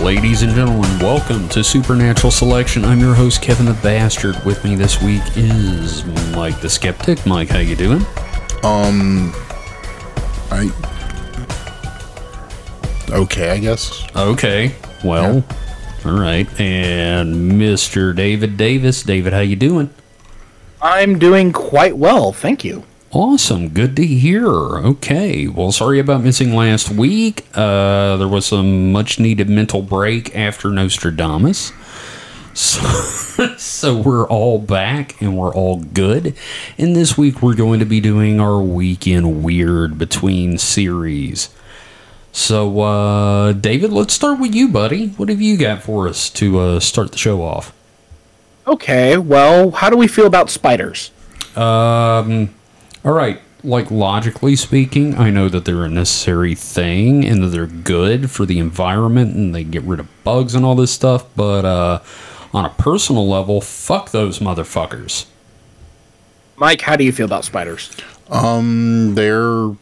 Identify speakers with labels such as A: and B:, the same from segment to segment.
A: Ladies and gentlemen, welcome to Supernatural Selection. I'm your host Kevin the Bastard. With me this week is Mike the Skeptic. Mike, how you doing?
B: Um, I. Okay, I guess.
A: Okay. Well, all right. And Mr. David Davis. David, how you doing?
C: I'm doing quite well, thank you.
A: Awesome. Good to hear. Okay. Well, sorry about missing last week. Uh, there was some much needed mental break after Nostradamus. So, so we're all back and we're all good. And this week we're going to be doing our weekend weird between series. So, uh, David, let's start with you, buddy. What have you got for us to uh, start the show off?
C: Okay, well, how do we feel about spiders?
A: Um, all right. Like logically speaking, I know that they're a necessary thing and that they're good for the environment and they get rid of bugs and all this stuff. But uh, on a personal level, fuck those motherfuckers.
C: Mike, how do you feel about spiders?
B: Um, they're,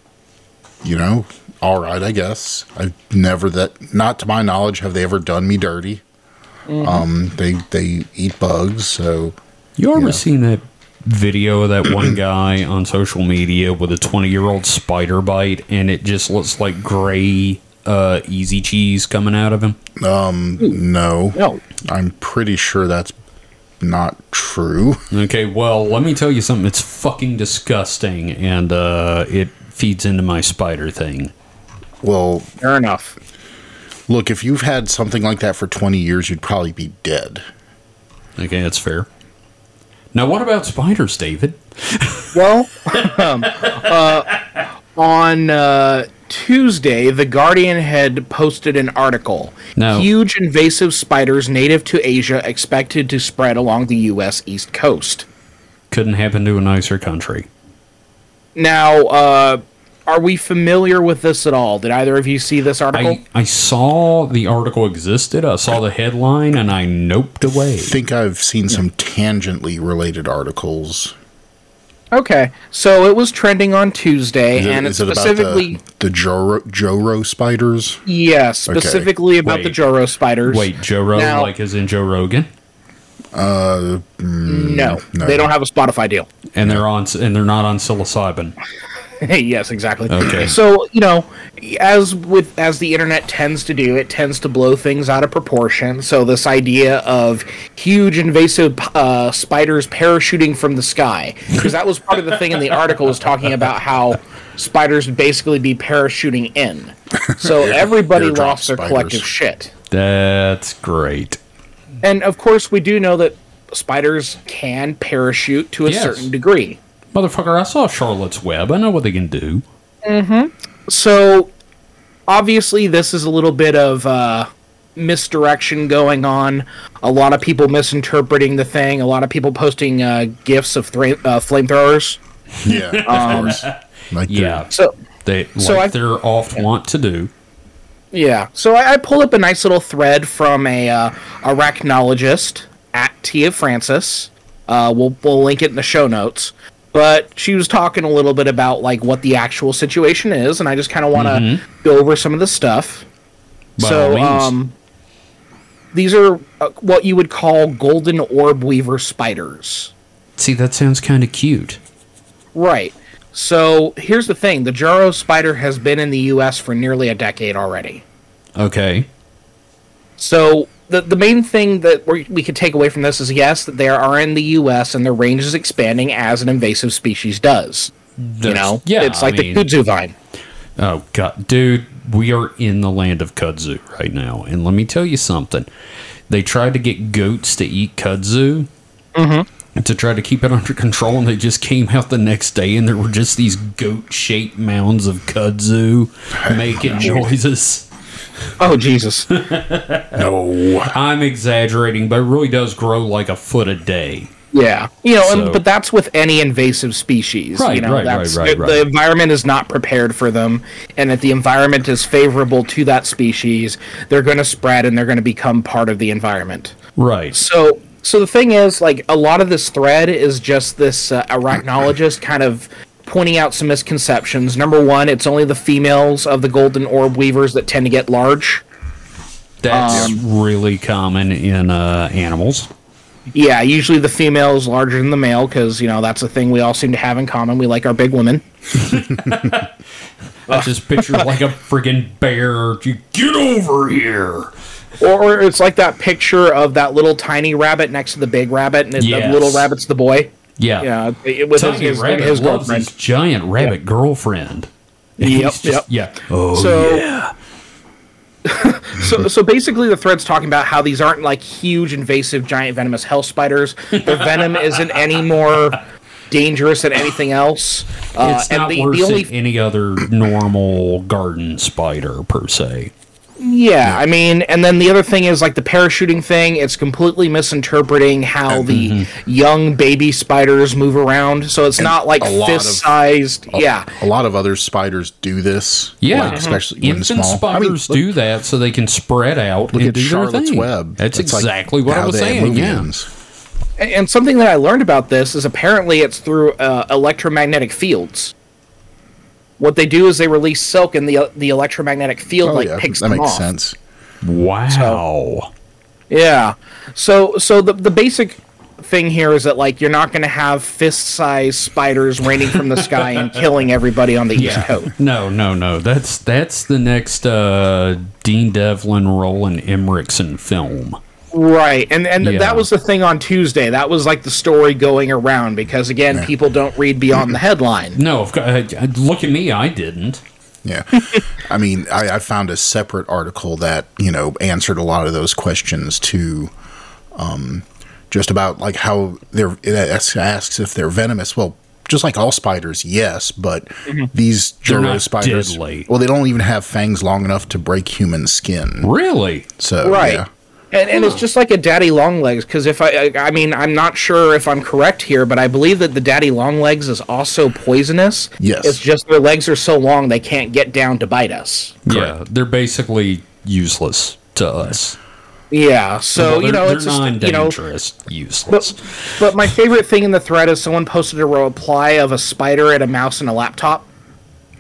B: you know, all right, I guess. I've never that, not to my knowledge, have they ever done me dirty. Um, they they eat bugs, so
A: You ever
B: Yeah.
A: seen that video of that one guy on social media with a 20 year old spider bite and it just looks like gray uh, easy cheese coming out of him?
B: no.
C: No.
B: I'm pretty sure that's not true.
A: Okay, well, let me tell you something. It's fucking disgusting, and uh, it feeds into my spider thing.
B: Well,
C: Fair enough.
B: look, if you've had something like that for 20 years, you'd probably be dead.
A: Okay, that's fair. Now, what about spiders, David?
C: Well, um, uh, on uh, Tuesday, The Guardian had posted an article.
B: Oh.
A: No.
C: Huge invasive spiders native to Asia expected to spread along the U.S. East Coast.
A: Couldn't happen to a nicer country.
C: Now, uh, are we familiar with this at all? Did either of you see this article?
A: I, I saw the article existed, I saw the headline, and I noped away.
B: think I've seen some tangentially related articles.
C: Okay, so it was trending on Tuesday,
B: Is it-
C: and it's
B: is it about the-
C: specifically
B: the, Joro, Joro spiders?
C: yeah, specifically about the
A: Wait.
C: Joro spiders.
A: Wait, Joe Rogan,
C: Now-
A: like as in Joe Rogan?
C: no,
A: Mm-hmm.
B: no.
C: they don't have a Spotify deal.
A: And they're on, and they're not on psilocybin.
C: yes, exactly.
A: Okay.
C: So you know, as with as the internet tends to do, it tends to blow things out of proportion. So this idea of huge invasive uh, spiders parachuting from the sky, because that was part of the thing in the article was talking about how spiders would basically be parachuting in. So everybody
B: airdrop
C: lost their
B: spiders.
C: collective shit.
A: That's great.
C: And of course, we do know that spiders can parachute to a
A: Yes.
C: certain degree.
A: Motherfucker, I saw Charlotte's Web. I know what they can do.
C: So obviously, this is a little bit of uh, misdirection going on. A lot of people misinterpreting the thing. A lot of people posting uh, gifs of thra- uh, flamethrowers.
B: Yeah, of course. Like the-
A: Um, Yeah.
C: So
A: They
C: So
A: like
C: I-
A: they're oft want to do.
C: yeah. So I, I pulled up a nice little thread from a uh, arachnologist at Tia Francis. Uh, we'll we'll link it in the show notes. But she was talking a little bit about like what the actual situation is, and I just kind of want to go over some of the stuff.
A: Mm-hmm. By all
C: so
A: means.
C: um, these are uh, what you would call golden orb weaver spiders.
A: See, that sounds kind of cute.
C: Right. So here's the thing: the Jaro spider has been in the U.S. for nearly a decade already.
A: Okay.
C: So the the main thing that we we could take away from this is yes, that they are in the U.S. and their range is expanding as an invasive species does. you know,
A: yeah,
C: it's like
A: I mean-
C: the kudzu vine.
A: Oh god, dude, we are in the land of kudzu right now, and let me tell you something. They tried to get goats to eat kudzu. To try to keep it under control, and they just came out the next day, and there were just these goat-shaped mounds of kudzu making noises.
C: Oh Jesus!
B: No.
A: I'm exaggerating, but it really does grow like a foot a day.
C: yeah, you know,
A: So-
C: and, but that's with any invasive species.
A: Right,
C: you know,
A: right,
C: that's,
A: right, right,
C: the,
A: right.
C: the environment is not prepared for them, and if the environment is favorable to that species, they're going to spread and they're going to become part of the environment.
A: Right.
C: So, so the thing is, like, a lot of this thread is just this uh, arachnologist kind of pointing out some misconceptions. Number one, it's only the females of the golden orb weavers that tend to get large.
A: That's really common in uh, animals.
C: Yeah, usually the female is larger than the male because, you know, that's a thing we all seem to have in common. We like our big women.
A: I just picture like a friggin' bear. You get over here.
C: Or, or it's like that picture of that little tiny rabbit next to the big rabbit, and
A: Yes.
C: the little rabbit's the boy.
A: Yeah.
C: Yeah, it, with his,
A: Tiny
C: his,
A: rabbit
C: his
A: loves
C: girlfriend.
A: his giant rabbit girlfriend. And
C: Yep,
A: he's just- Yeah. Oh,
C: So, so, so basically, the thread's talking about how these aren't like huge, invasive, giant venomous hell spiders. Their venom isn't any more dangerous than anything else. Uh,
A: it's
C: and
A: not
C: the,
A: worse
C: the only,
A: than any other normal garden spider per se.
C: yeah, I mean, and then the other thing is like the parachuting thing. It's completely misinterpreting how the young baby spiders move around. So it's not like
B: a lot of-
C: fist-sized. yeah,
B: A lot of other spiders do this.
A: Yeah,
B: like, especially when
A: infant
B: small. I mean,
A: spiders do that so they can spread out
B: look
A: and
B: at
A: do their
B: Charlotte's
A: thing.
B: Web.
A: That's,
B: like
A: exactly what I
B: how
A: was
B: the
A: saying. Yeah.
B: Amluvians-
C: And- and something that I learned about this is apparently it's through uh, electromagnetic fields. What they do is they release silk, and the uh, the electromagnetic field
B: Oh,
C: like
B: yeah,
C: picks
B: that
C: them
B: makes
C: off.
B: sense.
A: Wow.
C: Yeah. So so the the basic thing here is that like you're not going to have fist-sized spiders raining from the sky and killing everybody on the east coast.
A: No, no, no. That's that's the next uh, Dean Devlin, Roland Emmerichson film.
C: Right. And and
A: Yeah.
C: that was the thing on Tuesday. That was like the story going around because again, people don't read beyond the headline.
A: No, of cou- uh, look at me. I didn't.
B: Yeah. I mean, I, I found a separate article that, you know, answered a lot of those questions too. Um, just about like how they're, it asks, asks if they're venomous. Well, just like all spiders, yes, but these
A: not
B: Juro spiders,
A: deadly.
B: well, they don't even have fangs long enough to break human skin.
A: Really?
B: So,
C: right
B: Oh, yeah.
C: and, and it's
A: Hmm.
C: just like a daddy long legs because if I, I i mean i'm not sure if i'm correct here but i believe that the daddy long legs is also poisonous
B: Yes.
C: it's just their legs are so long they can't get down to bite us
A: Yeah. They're basically useless to us.
C: yeah so
A: Well,
C: you
A: they're-
C: know
A: they're
C: it's just, you know
A: non-dangerous, useless.
C: but my favorite thing in the thread is someone posted a reply of a spider and a mouse and a laptop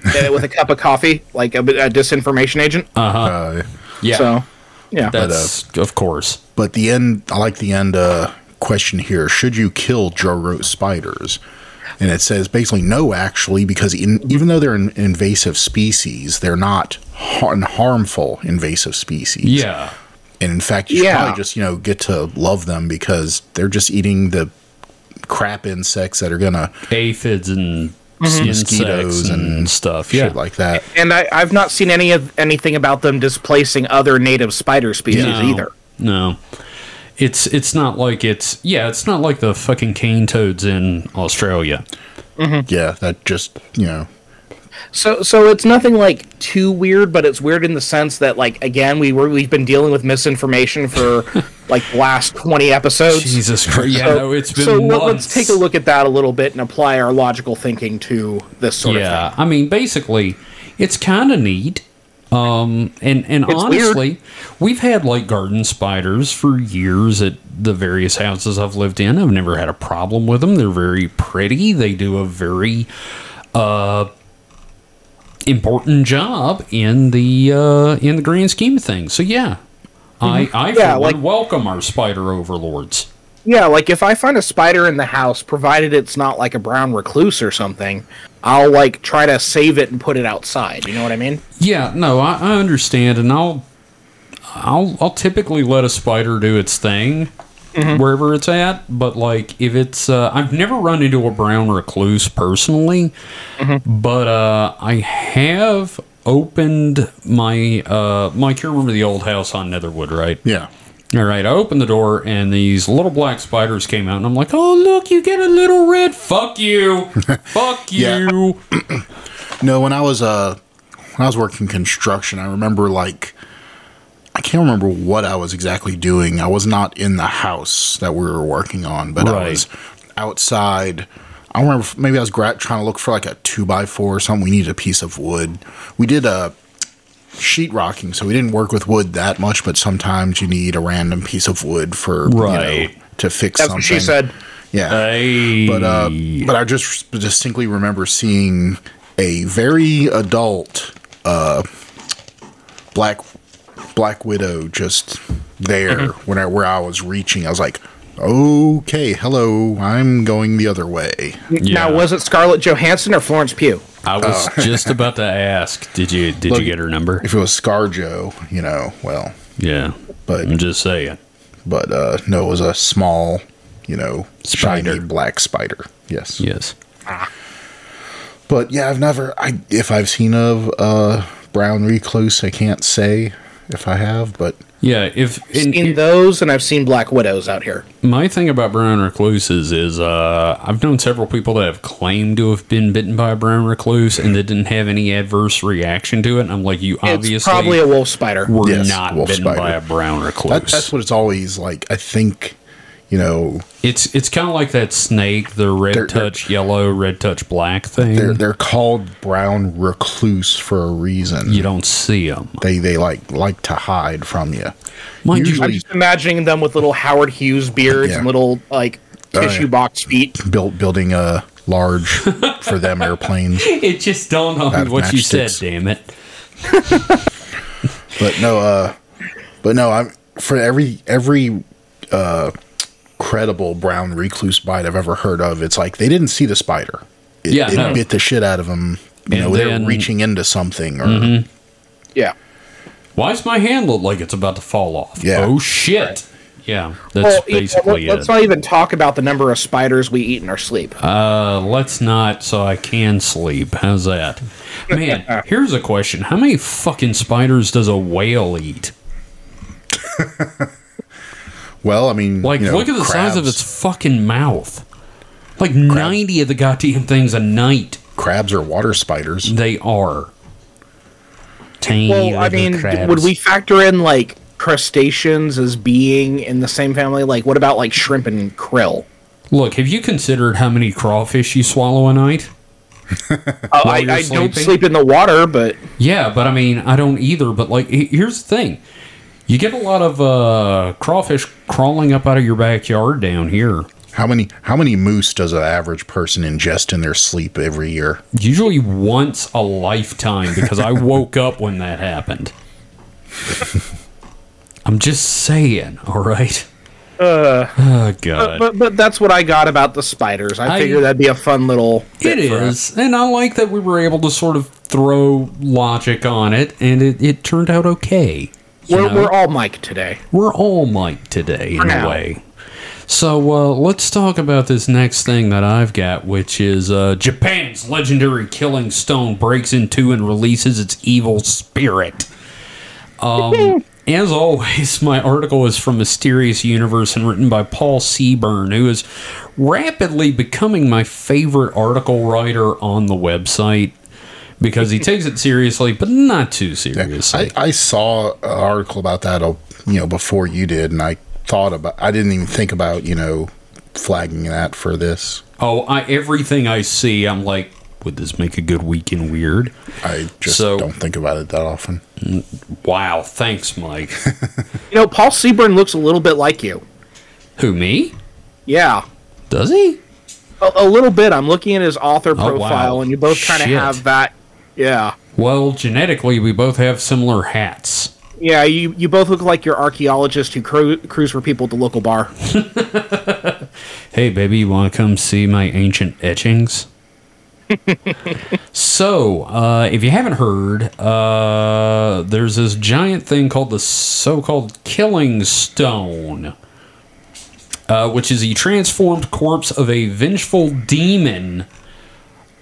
C: uh, with a cup of coffee like a, a disinformation agent
A: Uh-huh.
B: Uh,
A: yeah.
C: so uh, yeah
A: that's of course.
B: but the end, I like the end uh, question here. Should you kill Juro spiders? And it says basically no, actually, because in, even though they're an invasive species, they're not har- an harmful invasive species.
A: Yeah.
B: And in fact, you should
C: Yeah.
B: probably just, you know, get to love them because they're just eating the crap insects that are going to
A: Aphids and
C: Mm-hmm.
A: insects
B: Mosquitoes
A: and,
B: and
A: stuff. Yeah.
B: shit like that.
C: and I, i've not seen any of anything about them displacing other native spider species
A: no,
C: either
A: No. It's it's not like it's yeah, it's not like the fucking cane toads in Australia.
B: Yeah, that just, you know,
C: So, so it's nothing like too weird, but it's weird in the sense that, like, again, we were we've been dealing with misinformation for like the last twenty episodes.
A: Jesus Christ. Yeah,
C: So,
A: no, it's been
C: so let-
A: months.
C: let's take a look at that a little bit and apply our logical thinking to this sort
A: Yeah.
C: of
A: I mean basically it's kinda neat. Um and, and honestly, we've had like garden spiders for years at the various houses I've lived in. I've never had a problem with them. They're very pretty. They do a very uh, important job in the uh, in the grand scheme of things. So yeah, I I for
C: Mm-hmm. Yeah,
A: one,
C: like-
A: welcome our spider overlords.
C: thing. Yeah, like if I find a spider in the house, provided it's not like a brown recluse or something, I'll like try to save it and put it outside. You know what I mean?
A: Yeah, no, I, I understand, and I'll I'll I'll typically let a spider do its thing wherever it's at. But like if it's uh, I've never run into a brown recluse personally, but uh, I have opened my uh, Mike. You remember the old house on Netherwood, right?
B: yeah.
A: All right, I opened the door and these little black spiders came out, and I'm like, "Oh, look, you get a little red. Fuck you, fuck
B: Yeah.
A: you."
B: No, when I was uh when I was working construction, I remember like I can't remember what I was exactly doing. I was not in the house that we were working on, but
A: Right.
B: I was outside. I don't remember. if- Maybe I was gra- trying to look for like a two by four or something. We needed a piece of wood. We did a sheet rocking, so we didn't work with wood that much. But sometimes you need a random piece of wood for you
A: Right.
B: know, to fix
C: That's
B: something.
C: what she said.
B: Yeah
A: Hey,
B: but uh, but I just distinctly remember seeing a very adult uh, black Black Widow just there when I, where I was reaching. I was like, okay, hello, I'm going the other way.
A: Yeah.
C: Now, was it Scarlett Johansson or Florence Pugh?
A: I was just about to ask. Did you did you
B: Oh. Look-
A: get her number?
B: If it was ScarJo, you know, well,
A: Yeah,
B: but
A: I'm just saying.
B: but uh, no, it was a small, you know,
A: Spider.
B: shiny black spider. Yes.
A: Yes.
B: But yeah, I've never. I if I've seen of uh, brown recluse, I can't say if I have. But
A: Yeah. If and
C: In those, and I've seen Black Widows out here.
A: my thing about brown recluses is uh, I've known several people that have claimed to have been bitten by a brown recluse and that didn't have any adverse reaction to it. And I'm like, you
C: it's
A: obviously
C: probably a wolf spider.
A: were
B: Yes,
A: not
B: wolf
A: bitten
B: spider.
A: by a brown recluse.
B: that, that's what it's always like. I think, you know,
A: It's it's kind of like that snake, the red
B: They're- they're-
A: touch yellow, red touch black thing.
B: they're they're called brown recluse for a reason.
A: you don't see them.
B: they they like like to hide from you.
A: Mind you-
C: I'm
B: Usually
C: just imagining them with little Howard Hughes beards
B: Yeah.
C: and little like
B: Oh, yeah.
C: tissue box feet.
B: built building a large for them airplanes.
A: It just dawned on
B: Out
A: me
B: of
A: what you said.
B: matchsticks.
A: Damn it!
B: But no, uh, but no, I'm for every every uh credible brown recluse bite I've ever heard of. It's like they didn't see the spider. It,
A: Yeah,
B: it
A: no.
B: bit the shit out of them. You
A: And
B: know, they're
A: then- Mm-hmm.
B: reaching into something or
C: Yeah.
A: Why does my hand look like it's about to fall off?
B: Yeah.
A: Oh shit! Yeah, that's
C: Well, you know,
A: basically
C: let, us
A: it.
C: not even talk about the number of spiders we eat in our sleep.
A: uh, let's not. So I can sleep. How's that? Man, here's a question: How many fucking spiders does a whale eat?
B: well, I mean,
A: Like,
B: you know,
A: look at the size of
B: crabs-
A: its fucking mouth. Like ninety of the goddamn things a night.
B: crabs are water spiders.
A: They are. Tiny
C: well, I
A: little
C: mean,
A: crabs.
C: would we factor in like crustaceans as being in the same family? Like, what about like shrimp and krill?
A: look? Have you considered how many crawfish you swallow a night?
C: Uh, I,
A: you're
C: I don't
A: sleeping?
C: sleep in the water, but
A: Yeah, but I mean, I don't either. But like, he- here's the thing: you get a lot of uh, crawfish crawling up out of your backyard down here.
B: How many how many moose does an average person ingest in their sleep every year?
A: Usually once a lifetime, because I woke up when that happened. I'm just saying, all right. Uh, oh God,
C: but but that's what I got about the spiders. I,
A: I-
C: figure that'd be a fun little.
A: it is, and I like that we were able to sort of throw logic on it, and it, it turned out okay. you
C: We're,
A: know?
C: we're all Mike today.
A: we're all Mike today in a
C: now.
A: way. So uh, let's talk about this next thing that I've got, which is uh, Japan's legendary killing stone breaks into and releases its evil spirit. Um, as always, my article is from Mysterious Universe and written by Paul Seaburn, who is rapidly becoming my favorite article writer on the website because he takes it seriously, but not too seriously.
B: I, I saw an article about that, uh, you know, before you did, and I thought about. I didn't even think about, you know, flagging that for this.
A: Oh, I, everything I see, I'm like, would this make a good weekend weird?
B: I just
A: So-
B: don't think about it that often.
A: Wow, thanks, Mike.
C: You know, Paul Seaburn looks a little bit like you.
A: Who me?
C: Yeah.
A: Does he?
C: A, a little bit. I'm looking at his author
A: Oh, wow.
C: profile, and you both kind of
A: Shit.
C: have that. Yeah,
A: Well, genetically, we both have similar hats.
C: yeah. You you both look like your archaeologist who cru- cruise for people at the local bar.
A: Hey, baby, you want to come see my ancient etchings? so, uh, if you haven't heard, uh, there's this giant thing called the so called Killing Stone, uh, which is the transformed corpse of a vengeful demon.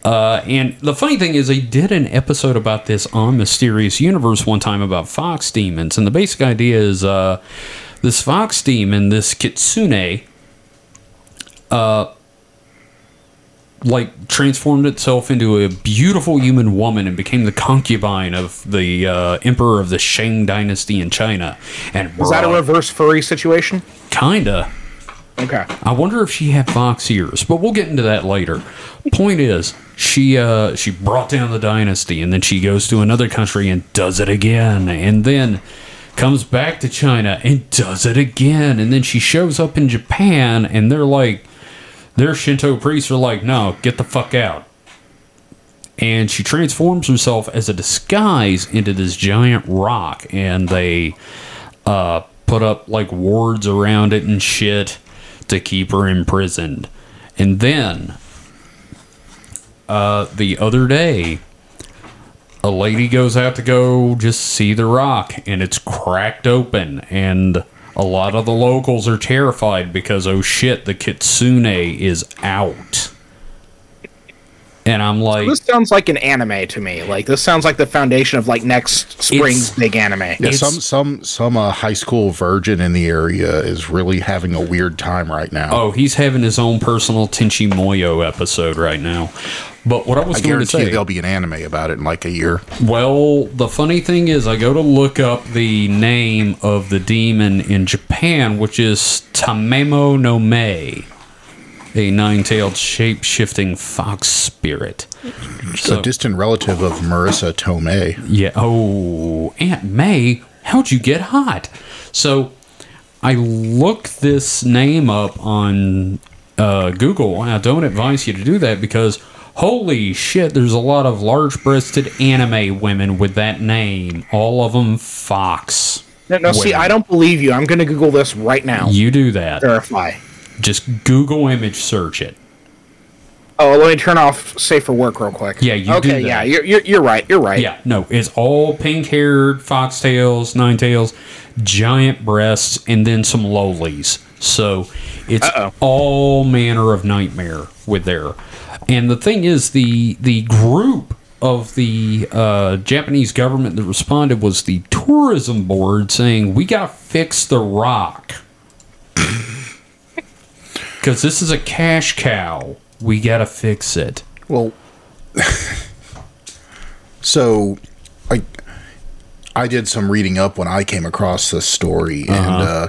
A: Uh, and the funny thing is, they did an episode about this on Mysterious Universe one time about fox demons. And the basic idea is uh, this fox demon, this kitsune, uh, like transformed itself into a beautiful human woman and became the concubine of the uh, emperor of the Shang dynasty in China. And
C: Is that a reverse furry situation?
A: kinda?
C: Okay.
A: I wonder if she had fox ears, but we'll get into that later. Point is, she uh, she brought down the dynasty, and then she goes to another country and does it again, and then comes back to China and does it again, and then she shows up in Japan, and they're like, their Shinto priests are like, no, get the fuck out. and she transforms herself as a disguise into this giant rock, and they uh, put up like wards around it and shit to keep her imprisoned. And then uh, the other day, a lady goes out to go just see the rock, and it's cracked open, and a lot of the locals are terrified because oh shit, the kitsune is out. And I'm like,
C: This sounds like an anime to me. Like this sounds like the foundation of like next spring's
A: It's-
C: big anime.
B: Yeah,
A: It's-
B: some some some uh, high school virgin in the area is really having a weird time right now.
A: Oh, he's having his own personal Tenchi Moyo episode right now. But what I was
B: I
A: going to
B: guarantee
A: say,
B: you there'll be an anime about it in like a year.
A: well, the funny thing is, I go to look up the name of the demon in Japan, which is Tamemo no Mei, a nine-tailed shape-shifting fox spirit.
B: So,
A: So-
B: distant relative of Marissa Tomei.
A: Yeah. Oh, Aunt May, how'd you get hot? So I look this name up on uh, Google, and I don't advise you to do that because holy shit, there's a lot of large breasted anime women with that name. All of them Fox.
C: No, no see,
A: women.
C: I don't believe you. I'm going to Google this right now.
A: You do that.
C: Verify.
A: Just Google image search it.
C: Oh, let me turn off safe for work real quick.
A: Yeah, you do
C: Okay,
A: that.
C: yeah, you're, you're you're right. You're right.
A: Yeah, no, it's all pink haired, foxtails, nine tails, giant breasts, and then some lowlies. So it's
C: Uh-oh.
A: all manner of nightmare with there. And the thing is, the the group of the uh, Japanese government that responded was the tourism board saying, "We got to fix the rock because this is a cash cow. We got to fix it."
B: Well, so I I did some reading up when I came across this story, and uh,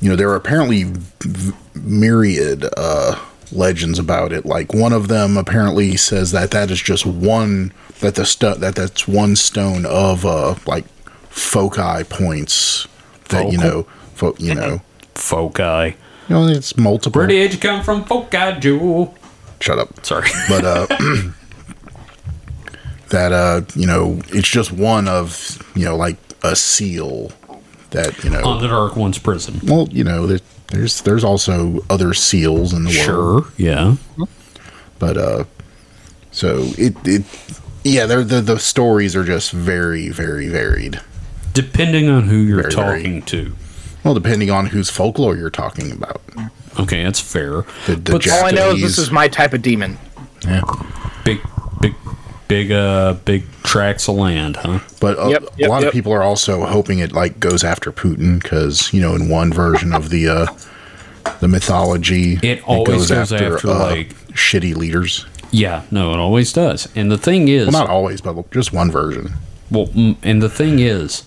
B: you know there are apparently v- myriad uh, legends about it. Like one of them apparently says that that is just one that the sto- that that's one stone of uh, like foci points that you
A: Focal?
B: know fo- you know
A: Foci.
B: you know it's multiple.
A: Where did you come from, Foci Jewel?
B: Shut up.
A: Sorry.
B: but uh, that uh, you know, it's just one of you know, like a seal that you know.
A: On the Dark One's prison.
B: well, you know, there, there's there's also other seals in the world,
A: Sure. Yeah.
B: but uh, so it it yeah, they're, the the stories are just very very varied.
A: Depending on who you're
B: Very, very.
A: talking to.
B: Well, depending on whose folklore you're talking about.
A: Okay, that's fair.
B: The- the
A: but
B: Jack-
C: All I know is
B: Japanese.
C: this is my type of demon.
B: Yeah.
A: big, big, big, uh, big tracts of land, huh?
B: But a,
C: Yep, yep,
B: a lot
C: yep.
B: of people are also hoping it like goes after Putin because you know in one version of the uh, the mythology,
A: It always goes after, like-
B: uh, shitty leaders.
A: Yeah. No, it always does. And the thing is,
B: Well, not always, but just one version.
A: Well, mm, and the thing is,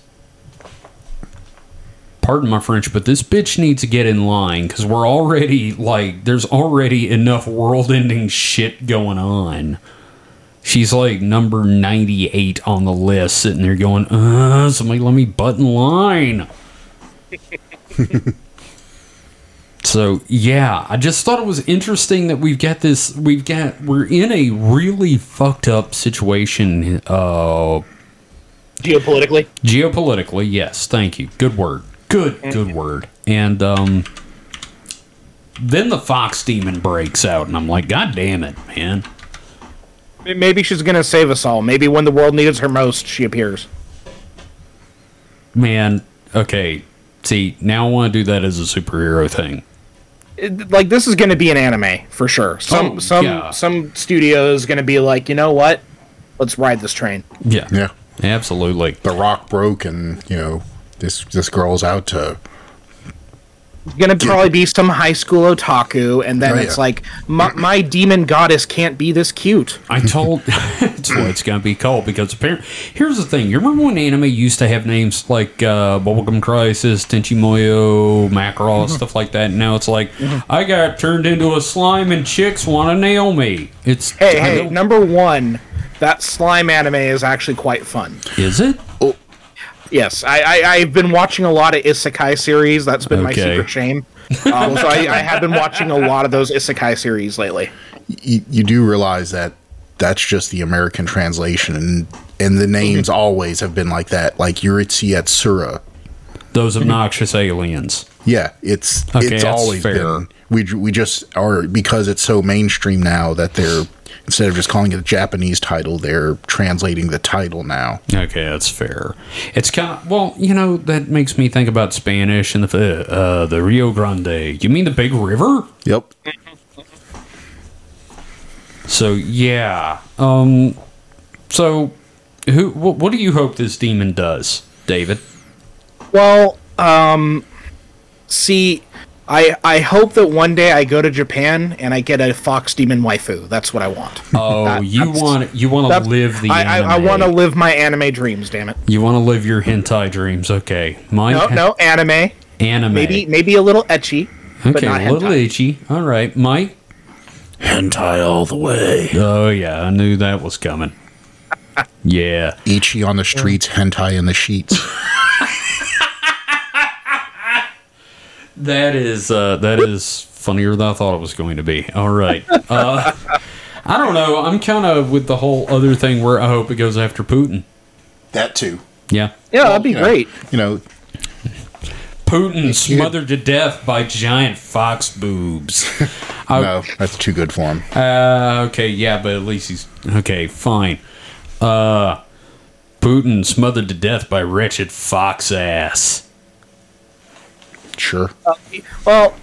A: pardon my French, but this bitch needs to get in line because we're already like, there's already enough world ending shit going on. She's like number 98 on the list, sitting there going, uh, somebody let me butt in line. So yeah, I just thought it was interesting that we've got this. We've got we're in a really fucked up situation uh,
C: Geopolitically,
A: geopolitically yes thank you good word good good word and um then the fox demon breaks out and i'm like god damn it man
C: M- maybe she's going to save us all. Maybe when the world needs her most, she appears.
A: man okay see now i want to do that as a superhero thing
C: It- like this is going to be an anime for sure. Some
A: Oh,
C: some
A: yeah.
C: some studio is going to be like, you know what? Let's ride this train.
A: yeah
B: Yeah,
A: absolutely
B: the rock broke, and you know this this girl's out to
C: gonna probably be some high school otaku, and then
B: Oh,
C: it's
B: yeah.
C: like my, my demon goddess can't be this cute.
A: i told that's what it's gonna be called because apparently here's the thing you remember when anime used to have names like uh bubblegum crisis tenchi muyo macross stuff like that and now it's like i got turned into a slime and chicks want to nail me it's
C: Hey,
A: I
C: hey,
A: don't-
C: number one, that slime anime is actually quite fun.
A: is it
C: Yes, I, I I've been watching a lot of isekai series. That's been my
A: Okay.
C: secret shame. Um, so I, I have been watching a lot of those isekai series lately.
B: you, you do realize that that's just the American translation, and and the names
C: Mm-hmm.
B: always have been like that, like Yuritsi Yatsura.
A: Those obnoxious aliens.
B: Yeah, it's
A: Okay,
B: it's
A: that's
B: always
A: fair.
B: been. We j- we just are because it's so mainstream now that they're instead of just calling it a Japanese title, they're translating the title now.
A: Okay, that's fair. It's kind of well, you know, that makes me think about Spanish and the uh, the Rio Grande. You mean the big river?
B: Yep.
A: So yeah. Um. So, who? Wh- what do you hope this demon does, David?
C: Well, um, see, I I hope that one day I go to Japan and I get a fox demon waifu. That's what I want.
A: Oh,
C: That-
A: you
C: that's-
A: want you want
C: That-
A: to live the.
C: I, I, I
A: anime.
C: want to live my anime dreams. Damn it!
A: You want to live your hentai dreams? Okay, mine.
C: No,
A: ha-
C: no anime.
A: Anime.
C: Maybe maybe a little etchy, but
A: Okay,
C: not
A: a little
C: hentai.
A: itchy. All right, Mike.
B: Hentai all the way.
A: Oh yeah, I knew that was coming. Yeah.
B: Ichi on the streets, hentai in the sheets.
A: That is uh, that is funnier than I thought it was going to be. All right. Uh, I don't know. I'm kind of with the whole other thing where I hope it goes after Putin.
B: that too.
A: Yeah.
C: Yeah, that'd be
B: You know,
C: great.
B: You know,
A: Putin smothered to death by giant fox boobs. I-
B: no, that's too good for him.
A: Uh, okay, yeah, but at least he's okay. Fine. Uh, Putin smothered to death by wretched fox ass.
B: Sure.
C: Uh, Well,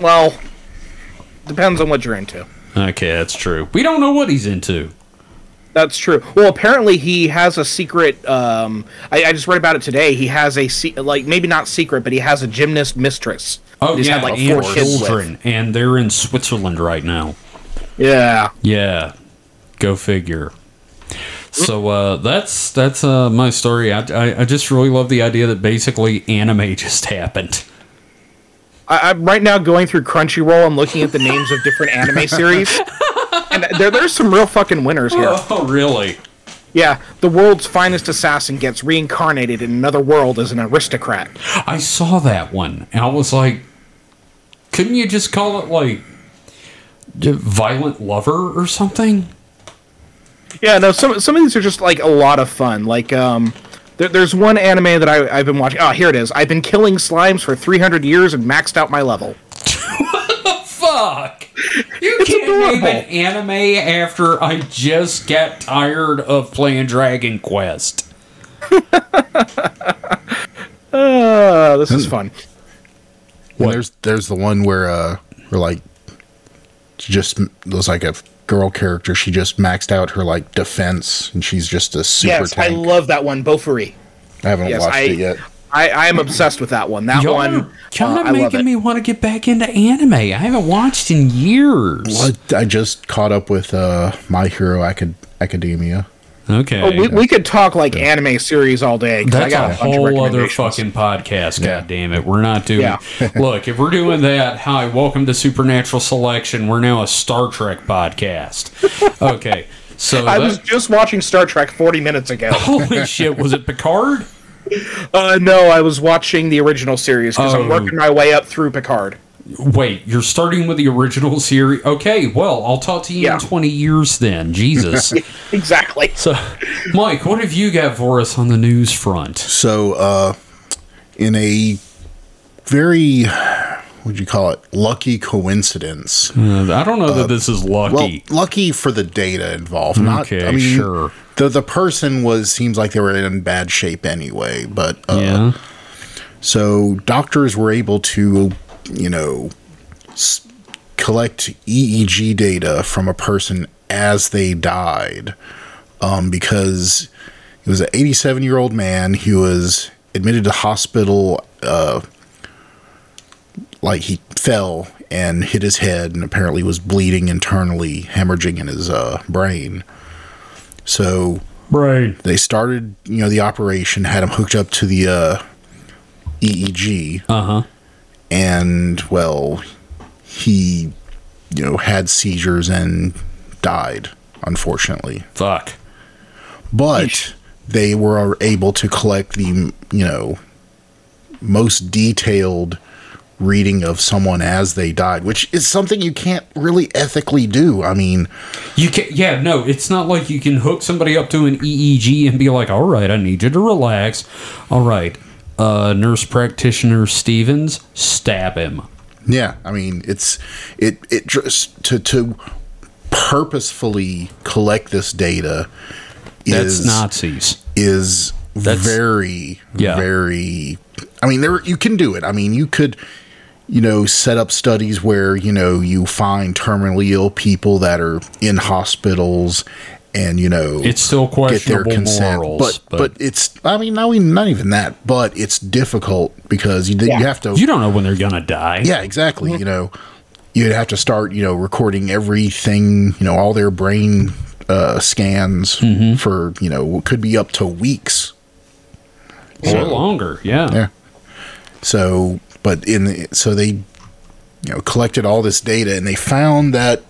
C: well, depends on what you're into.
A: Okay, that's true. We don't know what he's into.
C: That's true. Well, apparently he has a secret. Um, I, I just read about it today. He has a se- like maybe not secret, but he has a gymnast mistress.
A: Oh
C: He's
A: yeah,
C: had, like,
A: and
C: four kids with.
A: children, and they're in Switzerland right now.
C: Yeah.
A: Yeah, go figure. So uh, that's that's uh, my story. I, I I just really love the idea that basically anime just happened.
C: I, I'm right now going through Crunchyroll. I'm looking at the names of different anime series, and there there's some real fucking winners here.
A: Oh really?
C: Yeah, the world's finest assassin gets reincarnated in another world as an aristocrat.
A: I saw that one and I was like, couldn't you just call it like d- Violent Lover or something?
C: Yeah, no, some some of these are just like a lot of fun. Like, um, there, there's one anime that I, I've been watching. Oh, here it is. I've been killing slimes for 300 years and maxed out my level.
A: Fuck! You can't name an
C: adorable.
A: anime after I just got tired of playing Dragon Quest.
C: Uh, this is fun.
B: And there's there's the one where uh where like she just it was like a girl character. She just maxed out her like defense, and she's just a super
C: yes,
B: tank.
C: I
B: I,
C: love that one, Bofuri.
B: haven't
C: Yes,
B: watched
C: I,
B: it yet.
C: I I am obsessed with that one. That
A: Y'all
C: one,
A: are kind
C: uh,
A: of
C: I love
A: making
C: it.
A: me want to get back into anime. I haven't watched in years.
B: Well, I just caught up with uh My Hero Acad- Academia.
A: Okay.
C: Oh, we, we could talk like anime series all day. 'cause I
A: That's
C: got
A: a
C: a, bunch of
A: whole other
C: recommendations.
A: fucking podcast.
B: Yeah.
A: God damn it. We're not doing.
C: Yeah.
A: Look, if we're doing that, hi, welcome to Supernatural Selection. We're now a Star Trek podcast. Okay, so
C: I
A: that-
C: was just watching Star Trek 40 minutes ago.
A: holy shit, was it Picard?
C: Uh, no, I was watching the original series because
A: Oh.
C: I'm working my way up through Picard.
A: Wait, you're starting with the original series. Okay, well, I'll talk to you
C: Yeah.
A: in 20 years then. Jesus.
C: Exactly.
A: so, Mike, what have you got for us on the news front?
B: So, uh, in a very what'd you call it? Lucky coincidence.
A: Uh, I don't know that this is
B: Well,
A: lucky.
B: lucky for the data involved. Not,
A: Okay,
B: I mean,
A: sure.
B: The the person was seems like they were in bad shape anyway. But uh,
A: yeah.
B: so doctors were able to, you know, s- collect EEG data from a person as they died, um, because it was an 87 year old man. He was admitted to hospital. Uh, like he fell and hit his head and apparently was bleeding internally, hemorrhaging in his uh, brain. So
A: Right.
B: they started, you know, the operation, had him hooked up to the uh, EEG,
A: Uh huh.
B: and well, he, you know, had seizures and died, unfortunately.
A: Fuck.
B: But they were able to collect the, you know, most detailed reading of someone as they died, which is something you can't really ethically do. I mean,
A: You can, yeah, no, it's not like you can hook somebody up to an EEG and be like, all right, I need you to relax. All right, uh, nurse practitioner Stevens, stab him.
B: yeah, I mean, it's it it just to to purposefully collect this data
A: That's
B: is
A: Nazis.
B: is
A: That's-
B: very
A: Yeah.
B: very i mean there you can do it i mean you could you know set up studies where you know you find terminally ill people that are in hospitals and you know
A: It's still questionable morals,
B: but, but
A: but-
B: it's i mean not even, not even that but it's difficult because you,
C: Yeah.
B: you have to
A: You don't know when they're gonna die.
B: yeah, exactly. You know, you'd have to start, you know, recording everything, you know, all their brain uh, scans for, you know, what could be up to weeks.
A: or longer. Yeah.
B: Yeah. So, but in the, so they, you know, collected all this data and they found that,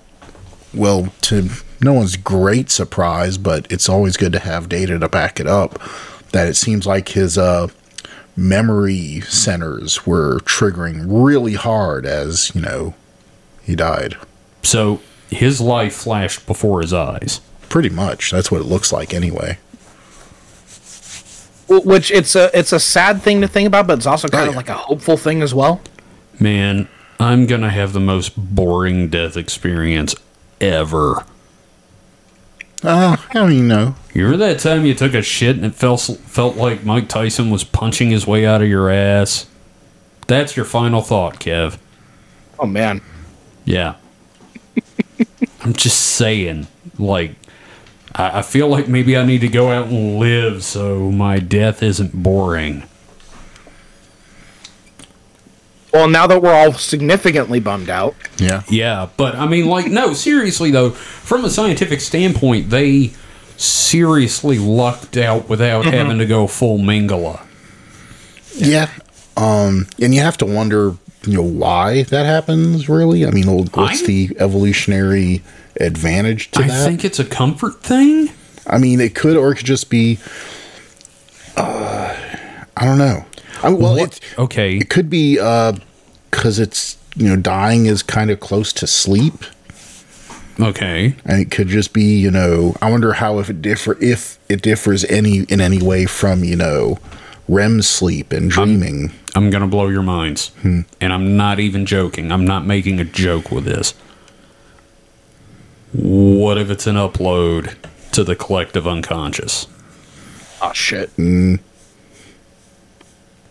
B: well, to no one's great surprise, but it's always good to have data to back it up. That it seems like his uh, memory centers were triggering really hard as you know he died.
A: So his life flashed before his eyes.
B: Pretty much, that's what it looks like anyway.
C: Wh- Which it's a it's a sad thing to think about, but it's also kind
B: Oh,
C: of
B: yeah.
C: like a hopeful thing as well.
A: Man, I'm gonna have the most boring death experience ever.
B: Uh, I mean, you know,
A: You remember that time you took a shit and it felt felt like Mike Tyson was punching his way out of your ass? That's your final thought, Kev.
C: Oh man.
A: Yeah. I'm just saying, like, I, I feel like maybe I need to go out and live so my death isn't boring.
C: Well, now that we're all significantly bummed out,
B: yeah,
A: Yeah, but I mean, like, no, seriously though, from a scientific standpoint, they seriously lucked out without
B: Mm-hmm.
A: having to go full Mingala.
B: yeah. Um, and you have to wonder, you know, why that happens. Really, I mean, what's
A: I'm-
B: the evolutionary advantage to
A: I
B: that?
A: think it's a comfort thing.
B: I mean, it could, or it could just be. Uh, I don't know. I, well, it,
A: Okay,
B: it could be because it's you know dying is kind of close to sleep,
A: okay.
B: and it could just be you know. I wonder how if it differ if it differs any in any way from you know REM sleep and dreaming.
A: I'm gonna blow your minds,
B: Hmm.
A: and I'm not even joking. I'm not making a joke with this. What if it's an upload to the collective unconscious?
C: oh shit.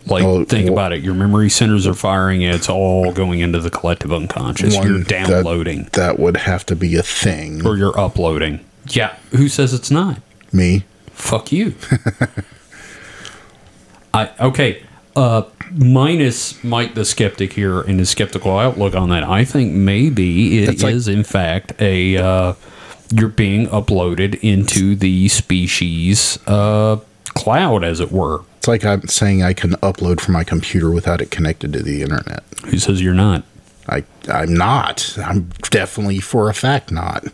A: Like,
B: Oh,
A: think
B: wh-
A: about it. Your memory centers are firing. It's all going into the collective unconscious. You're
B: One, that-
A: downloading.
B: That, would have to be a thing.
A: or you're uploading. Yeah, who says it's not?
B: Me.
A: Fuck you. I okay. Uh, minus Mike the skeptic here and his skeptical outlook on that. I think maybe it is
B: That's like-
A: in fact a uh, you're being uploaded into the species uh, cloud, as it were.
B: It's like I'm saying I can upload from my computer without it connected to the internet.
A: Who says you're not?
B: I I'm not. I'm definitely for a fact not.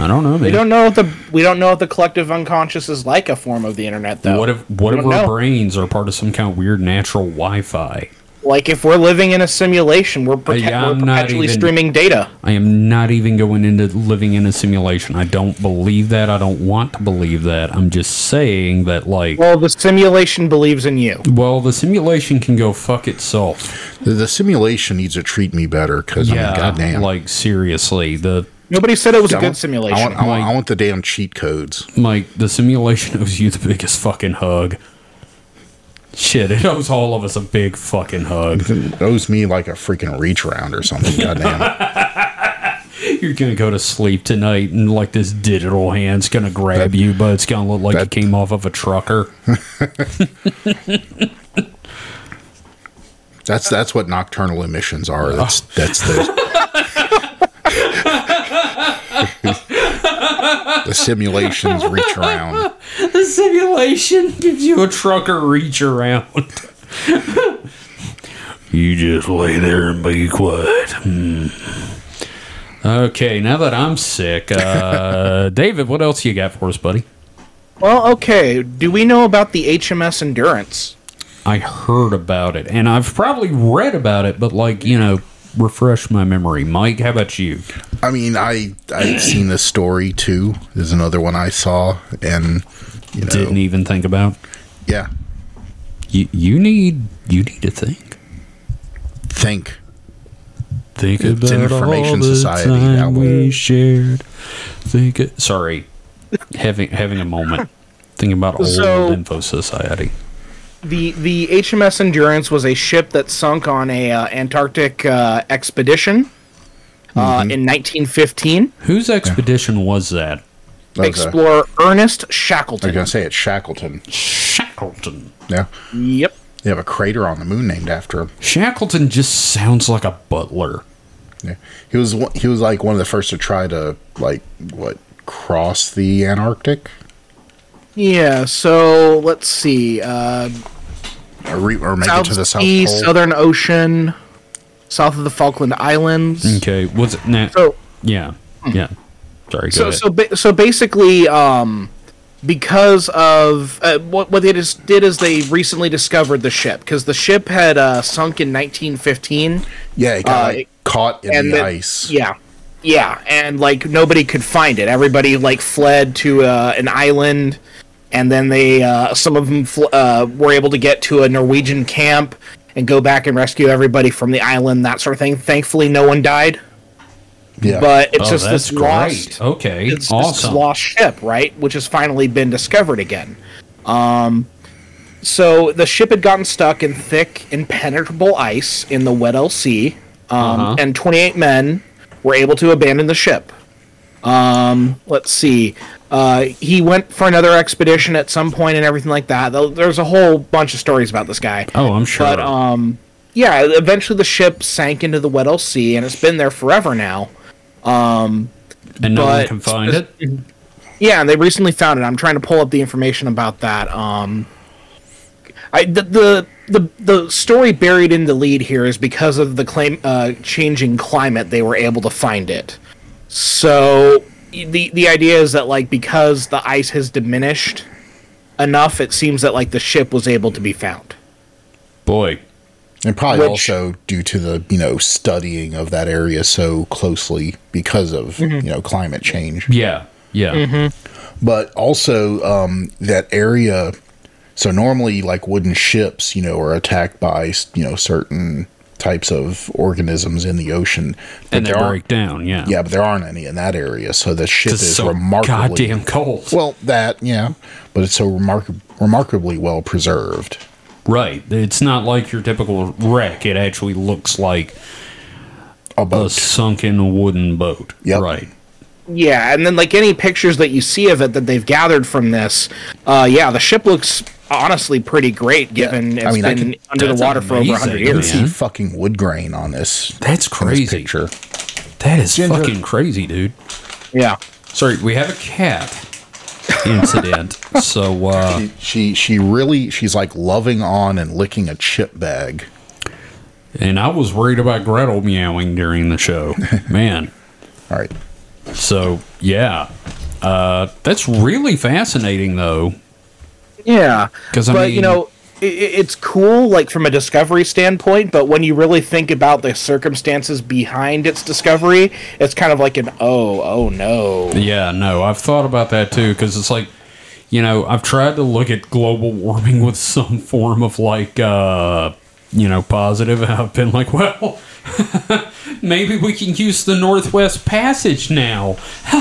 A: I don't know.
C: We
A: Man.
C: don't know if the we don't know if the collective unconscious is like a form of the internet though.
A: What if what
C: We
A: if
C: don't
A: our
C: know.
A: brains are part of some kind of weird natural Wi-Fi?
C: like if we're living in a simulation, we're, prote-
A: yeah,
C: we're
A: I'm not
C: perpetually
A: even-
C: streaming data.
A: I am not even going into living in a simulation. I don't believe that. I don't want to believe that. I'm just saying that, like, well,
C: Well, the simulation believes in you.
A: the simulation can go fuck itself.
B: The, the simulation needs to treat me better because I mean, Oh goddamn.
A: Like, seriously, the
C: Nobody said it was a
B: I
C: good
B: want-
C: simulation.
B: I want, I, want,
A: Like-
B: I want the damn cheat codes.
A: Mike, the simulation owes you the biggest fucking hug. Shit, it owes all of us a big fucking hug.
B: It owes me like a freaking reach round or something. Goddamn.
A: You're gonna go to sleep tonight, and like this digital hand's gonna grab you, but it's gonna look like
B: that-
A: you came off of a trucker.
B: That's that's what nocturnal emissions are. That's that's the the simulations reach around.
A: The simulation gives you a trucker reach around. you just lay there and be quiet. Hmm. Okay, now that I'm sick, uh, David, what else you got for us, buddy?
C: well, okay. Do we know about the HMS Endurance?
A: I heard about it, and I've probably read about it, but like you know, refresh my memory. Mike, how about you?
B: I mean, I I've seen this story too. There's another one I saw, and you know,
A: Didn't e- even think about.
B: yeah,
A: You, you need you need to think.
B: think.
A: Think
B: It's
A: about
B: Information
A: all the
B: Society, that
A: time
B: way.
A: we shared. Think it. Sorry, having having a moment. Thinking about old
C: So-
A: info society.
C: The the HMS Endurance was a ship that sunk on a uh, Antarctic uh, expedition uh,
B: Mm-hmm.
C: in 1915.
A: Whose expedition was that?
B: Okay.
C: Explorer Ernest
B: I
C: Shackleton.
B: was gonna say it's Shackleton.
A: Shackleton.
B: Yeah,
C: Yep.
B: they have a crater on the moon named after him.
A: Shackleton just sounds like a butler.
B: Yeah. He was one- he was like one of the first to try to like what cross the Antarctic.
C: Yeah. So let's see. Uh,
B: Or, re- or make it
C: South
B: to the South
C: Sea,
B: Pole.
C: Southern Ocean, south of the Falkland Islands.
B: Mm.
A: Okay, was it? Nah,
C: So
A: yeah, yeah. Sorry, go
C: so
A: ahead.
C: so ba- so basically um because of uh, what what they just did is they recently discovered the ship because the ship had uh, sunk in 1915
B: yeah, it got
C: uh,
B: like, caught in the
C: and then-
B: ice.
C: yeah yeah and like nobody could find it everybody like fled to uh, an island and then they uh, some of them fl- uh, were able to get to a Norwegian camp and go back and rescue everybody from the island that sort of thing thankfully no one died
B: yeah.
C: but it's
A: oh,
C: just
A: that's
C: this
A: great.
C: lost
A: okay,
C: it's this
A: awesome.
C: lost ship, right? Which has finally been discovered again. Um, so the ship had gotten stuck in thick, impenetrable ice in the Weddell Sea, um,
A: Uh-huh.
C: and 28 men were able to abandon the ship. Um, let's see. Uh, he went for another expedition at some point and everything like that. Though There's a whole bunch of stories about this guy.
A: oh, I'm sure.
C: But um, yeah, eventually the ship sank into the Weddell Sea, and it's been there forever now.
A: and no one
C: but-
A: can find it.
C: Yeah, and they recently found it. I'm trying to pull up the information about that. Um, I the the the, the story buried in the lead here is because of the claim uh, changing climate, they were able to find it. So the the idea is that like because the ice has diminished enough, it seems that like the ship was able to be found.
A: Boy,
B: and probably
C: which-
B: also due to the, you know, studying of that area so closely because of,
C: Mm-hmm.
B: you know, climate change.
A: yeah, yeah.
B: but also um, that area. So normally, like wooden ships, you know, are attacked by you know certain types of organisms in the ocean, but
A: And they
B: there
A: break
B: aren't.
A: down. Yeah,
B: Yeah, but there aren't any in that area, so the ship
A: It's
B: is
A: so
B: remarkably
A: goddamn cold.
B: well. That yeah, but it's so remark- remarkably well preserved.
A: Right. It's not like your typical wreck. It actually looks like
B: A
A: a
B: boat.
A: sunken wooden boat.
B: Yep.
A: Right.
C: Yeah, and then like any pictures that you see of it that they've gathered from this, uh, yeah, the ship looks honestly pretty great given
B: I
C: it's
B: mean, I
C: been
B: can-
C: under the
A: that's
C: water for over 100
A: amazing,
B: you can
C: years.
B: see
A: Yeah.
B: fucking wood grain on this.
A: That's
B: on this
A: crazy.
B: picture.
A: That is
B: Ginger.
A: fucking crazy, dude.
C: Yeah.
A: Sorry, we have a cat incident. so uh
B: She she really she's like loving on and licking a chip bag.
A: and I was worried about Gretel meowing during the show. Man.
B: All right.
A: So yeah. Uh that's really fascinating though.
C: Yeah.
A: 'Cause, I
C: but,
A: mean-
C: you know, i i- it's cool like from a discovery standpoint, but when you really think about the circumstances behind its discovery, it's kind of like an oh, oh no.
A: Yeah, no, I've thought about that too because it's like, you know, I've tried to look at global warming with some form of like, uh, you know, positive. and I've been like, well, maybe we can use the Northwest Passage now.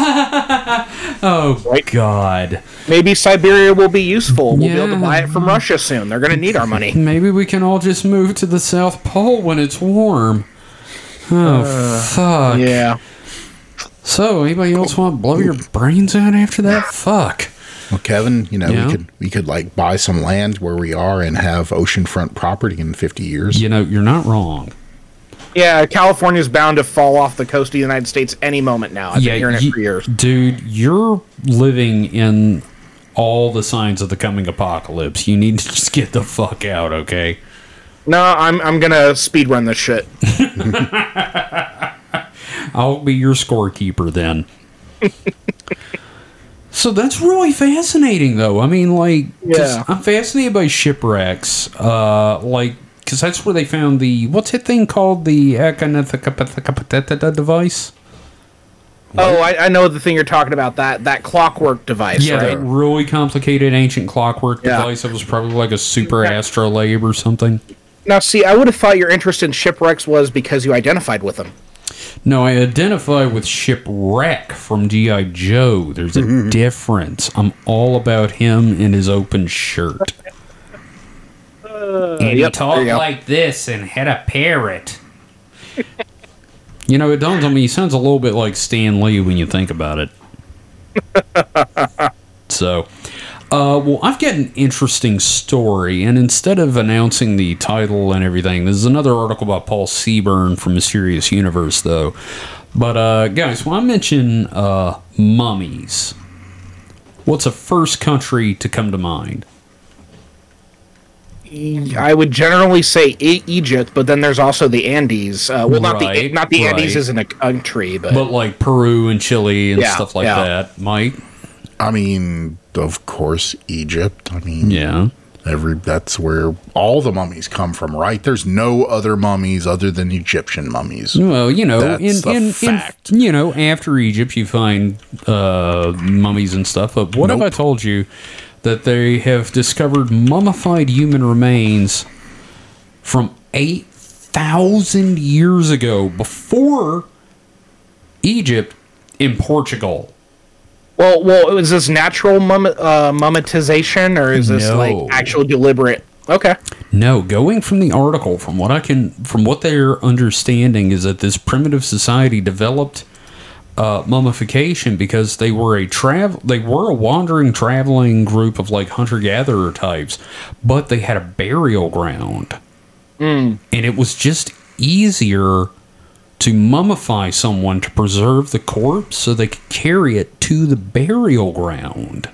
A: oh
C: Right.
A: God,
C: Maybe Siberia will be useful. We'll be able
A: Yeah.
C: to buy it from Russia soon. They're going to need our money.
A: maybe we can all just move to the South Pole when it's warm. Oh fuck!
C: Uh, Yeah.
A: So anybody else want to blow your brains out after that? Fuck.
B: Well, Kevin, you know,
A: Yeah.
B: we could we could like buy some land where we are and have oceanfront property in fifty years.
A: You know, you're not wrong.
C: Yeah, California's bound to fall off the coast of the United States any moment now. I've been hearing it
A: ye-
C: for years.
A: Dude, you're living in all the signs of the coming apocalypse. You need to just get the fuck out, okay?
C: No, I'm I'm gonna speedrun this shit.
A: I'll be your scorekeeper then. So that's really fascinating, though. I mean, like, 'cause
C: Yeah.
A: I'm fascinated by shipwrecks. Uh, like, because that's where they found the what's that thing called the Akanatha device?
C: Oh, I, I know the thing you're talking about that that clockwork device,
A: Yeah,
C: right?
A: that really complicated ancient clockwork
C: Yeah.
A: device that was probably like a super astrolabe or something.
C: Now, see, I would have thought your interest in shipwrecks was because you identified with them.
A: No, I identify with Shipwreck from G.I. Joe. There's a difference. I'm all about him in his open shirt. and
C: Uh, yep,
A: he
C: there
A: talked
C: you go.
A: like this and had a parrot. you know, it dawns on me, he sounds a little bit like Stan Lee when you think about it. so. Uh, well, I've got an interesting story, and instead of announcing the title and everything, this is another article by Paul Seaburn from Mysterious Universe, though. But uh, guys, when I mention uh, mummies, what's the first country to come to mind?
C: I would generally say e- Egypt, but then there's also the Andes. Uh, well, not the
A: Right,
C: not the
A: right.
C: Andes isn't a country, but,
A: But like Peru and Chile and
C: Yeah,
A: stuff like
C: yeah.
A: that, Mike.
B: I mean, of course, Egypt. I mean,
A: Yeah.
B: every that's where all the mummies come from, right? There's no other mummies other than Egyptian mummies.
A: Well, you know,
B: That's
A: in,
B: a
A: in, in-
B: fact.
A: you know, after Egypt, you find uh, mummies and stuff. But what if
B: Nope.
A: I told you that they have discovered mummified human remains from eight thousand years ago, before Egypt, in Portugal?
C: well, well, is this natural mum- uh, mummitization or is this
A: No.
C: like actual deliberate? Okay,
A: No, going from the article, from what I can, from what their understanding is that this primitive society developed uh, mummification because they were a travel, they were a wandering, traveling group of like hunter gatherer types, but they had a burial ground, and it was just easier to mummify someone to preserve the corpse so they could carry it to the burial ground.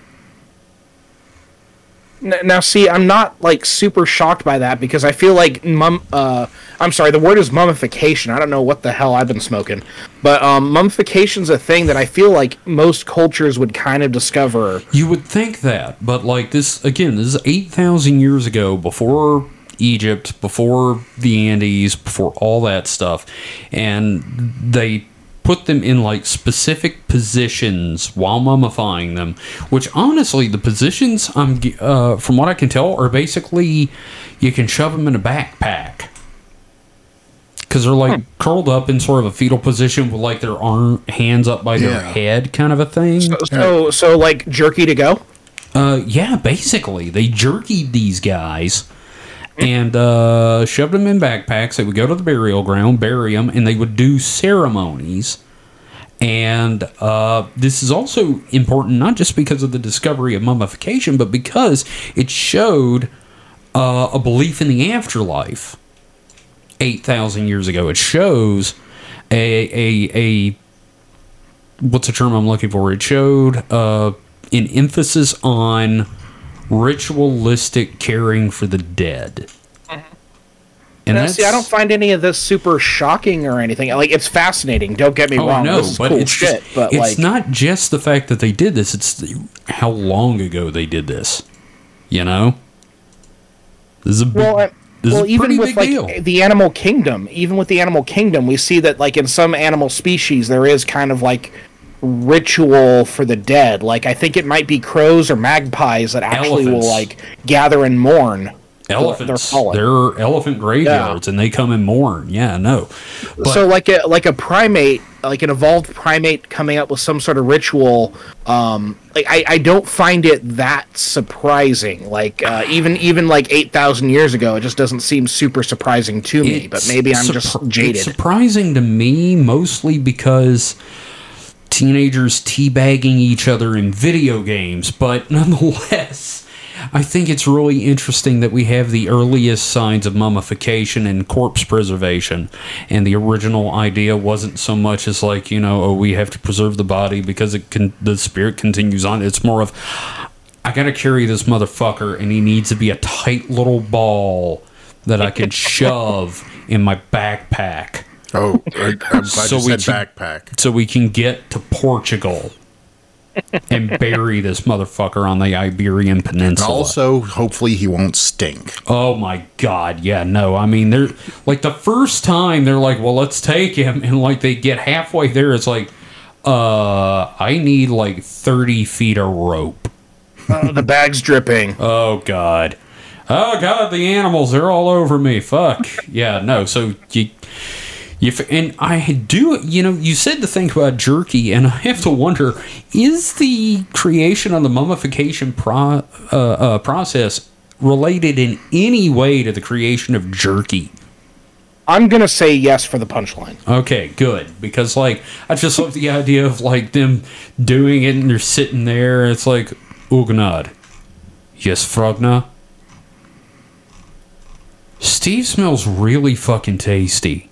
C: N- now see, I'm not like super shocked by that because I feel like mum. Uh, I'm sorry, the word is mummification. I don't know what the hell I've been smoking, but um, mummification's a thing that I feel like most cultures would kind of discover.
A: You would think that, but like this again, this is eight thousand years ago, before Egypt, before the Andes, before all that stuff, and they put them in like specific positions while mummifying them. Which honestly, the positions I'm g- uh, from what I can tell are basically you can shove them in a backpack. Because they're like curled up in sort of a fetal position with like their arm hands up by their
B: Yeah.
A: head, kind of a thing.
C: So, so like jerky to go.
A: Uh, yeah, basically, they jerkied these guys and uh, shoved them in backpacks. They would go to the burial ground, bury them, and they would do ceremonies. And uh, this is also important, not just because of the discovery of mummification, but because it showed uh, a belief in the afterlife. 8,000 years ago. It shows a, a, a, what's the term I'm looking for? It showed uh, an emphasis on ritualistic caring for the dead. And
C: Now,
A: that's,
C: see, I don't find any of this super shocking or anything. Like, it's fascinating. Don't get me
A: Oh,
C: wrong.
A: no,
C: this is
A: but
C: cool
A: it's
C: shit.
A: just,
C: but
A: it's
C: like,
A: not just the fact that they did this; it's the, how long ago they did this. You know, this is a big,
C: well, I-
A: this
C: well,
A: is a
C: even
A: pretty
C: with
A: big
C: like
A: deal.
C: the animal kingdom, even with the animal kingdom, we see that like in some animal species there is kind of like ritual for the dead. Like, I think it might be crows or magpies that actually
A: Elephants.
C: will like gather and mourn. for their
A: elephants.
C: fallen.
A: There are elephant graveyards, and they come and mourn. Yeah, no, but
C: so like a like a primate like an evolved primate coming up with some sort of ritual um like i, I don't find it that surprising like uh, even even like 8000 years ago it just doesn't seem super surprising to me but
A: it's
C: maybe i'm
A: surpri-
C: just
A: It's
C: jaded
A: surprising to me, mostly because teenagers teabagging each other in video games, but nonetheless. I think it's really interesting that we have the earliest signs of mummification and corpse preservation. And the original idea wasn't so much as like, you know, oh, we have to preserve the body because it can, the spirit continues on. It's more of, I gotta carry this motherfucker, and he needs to be a tight little ball that I can shove in my backpack
B: Oh, I, I'm glad
A: So
B: you
A: we
B: said
A: keep-
B: backpack.
A: so we can get to Portugal. and bury this motherfucker on the Iberian Peninsula.
B: Also, hopefully, he won't stink.
A: Oh my god, yeah, no. I mean, they're like the first time they're like, "Well, let's take him," and like they get halfway there, it's like, "Uh, I need like thirty feet of rope."
C: Uh, the bag's dripping.
A: Oh god, oh god, the animals—they're all over me. Fuck, yeah, no. So you, you, f- and I do. You know, you said the thing about jerky, and I have to wonder: is the creation of the mummification pro, uh, uh, process related in any way to the creation of jerky?
C: I'm gonna say yes for the punchline.
A: Okay, good. Because like I just love the idea of like them doing it and they're sitting there. It's like Ugnad. Yes, Frogna. Steve smells really fucking tasty.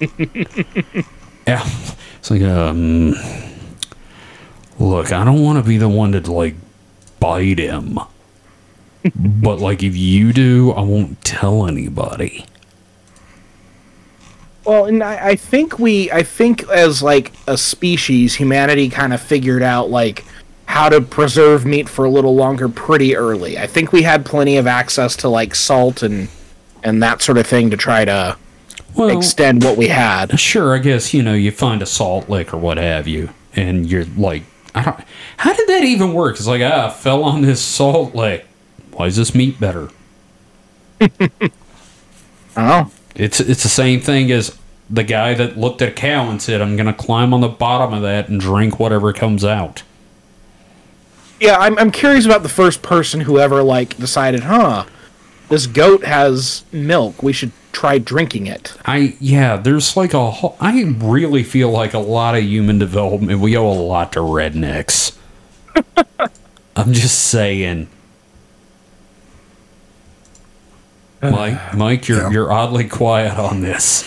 A: yeah, it's like um. Look, I don't want to be the one to like bite him, but like if you do, I won't tell anybody.
C: Well, and I, I think we, I think as like a species, humanity kind of figured out like how to preserve meat for a little longer pretty early. I think we had plenty of access to like salt and and that sort of thing to try to
A: Well,
C: extend what we had.
A: sure, I guess you know you find a salt lick or what have you, and you're like, I don't. How did that even work? It's like ah, I fell on this salt lick. Why is this meat better?
C: Oh,
A: It's it's the same thing as the guy that looked at a cow and said, "I'm going to climb on the bottom of that and drink whatever comes out."
C: yeah. I'm I'm curious about the first person who ever like decided, huh? This goat has milk. We should try drinking it.
A: I yeah, there's like a whole, I really feel like a lot of human development we owe a lot to rednecks. I'm just saying. Mike, Mike, you're
B: Yeah.
A: you're oddly quiet on this.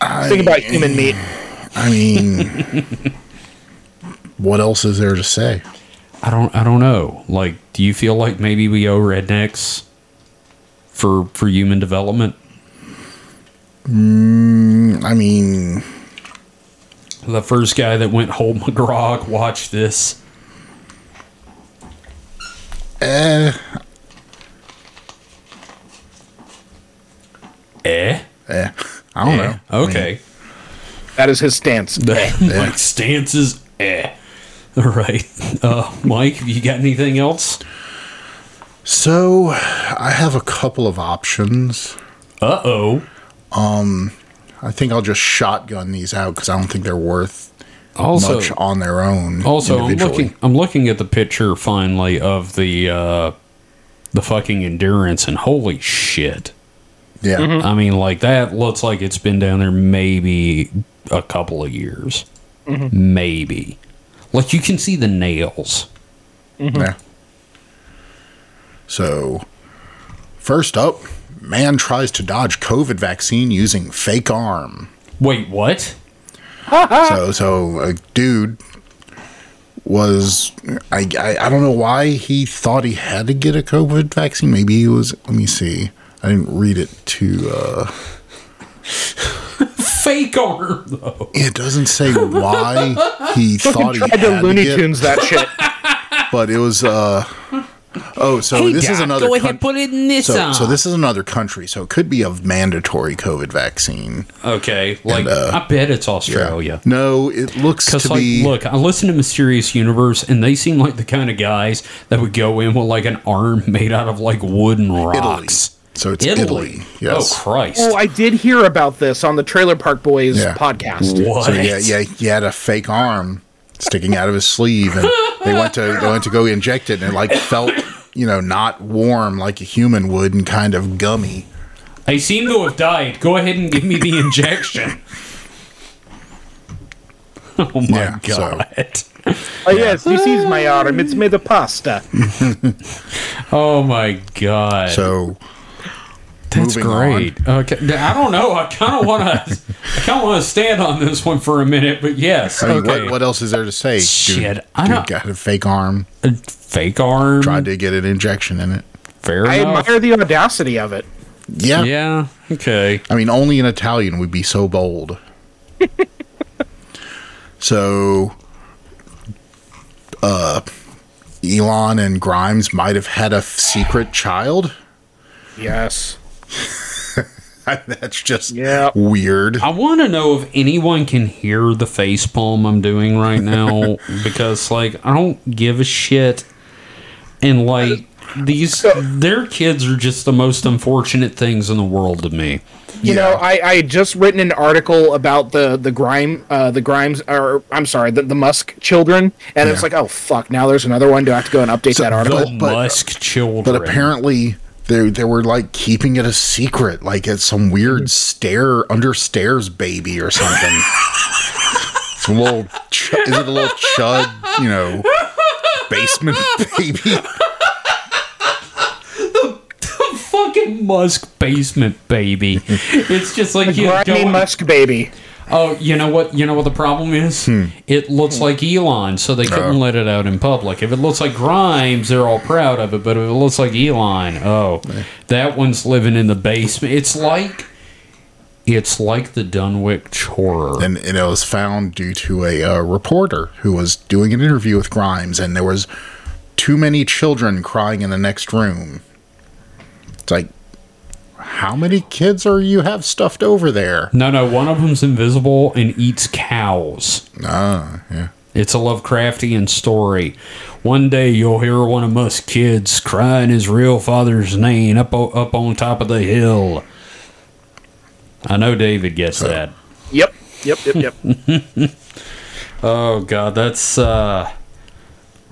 B: I,
C: Think about human meat.
B: I mean, what else is there to say?
A: I don't I don't know. Like, do you feel like maybe we owe rednecks for for human development?
B: I mean,
A: The first guy that went whole McGrog watched this.
B: eh,
A: Eh?
B: eh, I don't know. I mean,
A: Okay.
C: That is his stance.
A: Mike's stance is eh. All right, uh, Mike, have you got anything else?
B: so, I have a couple of options.
A: Uh oh.
B: I think I'll just shotgun these out because I don't think they're worth
A: Also,
B: much on their own.
A: also, I'm
B: individually.
A: looking. I'm looking at the picture finally of the uh, the fucking endurance, and holy shit!
B: Yeah.
A: I mean, like that looks like it's been down there maybe a couple of years, Mm-hmm. maybe. Like you can see the nails. mm-hmm.
B: Yeah. So, first up, man tries to dodge COVID vaccine using fake arm.
A: Wait, what?
B: So, so a dude was I, I I don't know why he thought he had to get a COVID vaccine. Maybe he was. Let me see. I didn't read it too. Uh,
A: Fake arm though.
B: it doesn't say why he thought he
C: Tried
B: had
C: to Looney
B: to get,
C: Tunes that shit.
B: but it was. Uh, oh, so this is another.
A: Go ahead,
B: coun-
A: put it in this.
B: so,
A: arm.
B: so this is another country. So it could be a mandatory COVID vaccine.
A: Okay, like I bet it's Australia.
B: No, it looks
A: Because
B: uh, to
A: Oh, like,
B: be.
A: look, I listen to Mysterious Universe, and they seem like the kind of guys that would go in with like an arm made out of like wood and rocks.
B: So it's Italy. Yes.
A: Oh Christ.
C: Oh, I did hear about this on the Trailer Park Boys
B: Yeah.
C: podcast.
A: what?
B: So yeah, yeah, he had a fake arm sticking out of his sleeve, and they went to they went to go inject it, and it like felt you know not warm like a human would, and kind of gummy.
A: I seem to have died. Go ahead and give me the injection. oh my
B: Yeah, so-
A: god.
C: Oh, yes, this is my arm. It's made of pasta.
A: Oh my god.
B: So
A: That's
B: moving
A: great. Okay. I don't know. I kind of want to. I kind of want to stand on this one for a minute, but yes.
B: I mean,
A: okay.
B: what what else is there to say? Dude-
A: Shit, I
B: dude
A: don't-
B: got a fake arm.
A: Fake arm.
B: Tried to get an injection in it.
A: Fair
C: I
A: enough.
C: admire the audacity of it.
B: Yeah.
A: Yeah. Okay.
B: I mean, only an Italian would be so bold. so, uh, Elon and Grimes might have had a f- secret child.
C: Yes.
B: That's just
C: Yeah.
B: weird.
A: I want to know if anyone can hear the face palm I'm doing right now because, like, I don't give a shit. And, like, these, their kids are just the most unfortunate things in the world to me.
C: You know, I, I had just written an article about the the grime uh, the Grimes or I'm sorry the, the Musk children, and it's
B: Yeah.
C: like oh fuck now there's another one. Do I have to go and update that article?
A: The
B: but-
A: Musk children.
B: But apparently they they were like keeping it a secret, like it's some weird stair under stairs baby or something. it's a little ch- is it a little chud, you know, basement baby?
A: fucking Musk basement baby. It's just like you
C: Grimy
A: go-
C: Musk baby.
A: Oh, you know what? You know what the problem is? It looks like Elon, so they couldn't let it out in public. If it looks like Grimes, they're all proud of it. But if it looks like Elon, oh, that one's living in the basement. It's like, it's like the Dunwich horror.
B: and, and it was found due to a uh, reporter who was doing an interview with Grimes, and there was too many children crying in the next room. It's like, how many kids are you have stuffed over there?
A: No, no, one of them's invisible and eats cows.
B: Ah, yeah.
A: It's a Lovecraftian story. One day you'll hear one of us kids crying his real father's name up o- up on top of the hill. I know David gets that.
C: Yep. Yep. Yep. Yep.
A: Oh God, that's uh,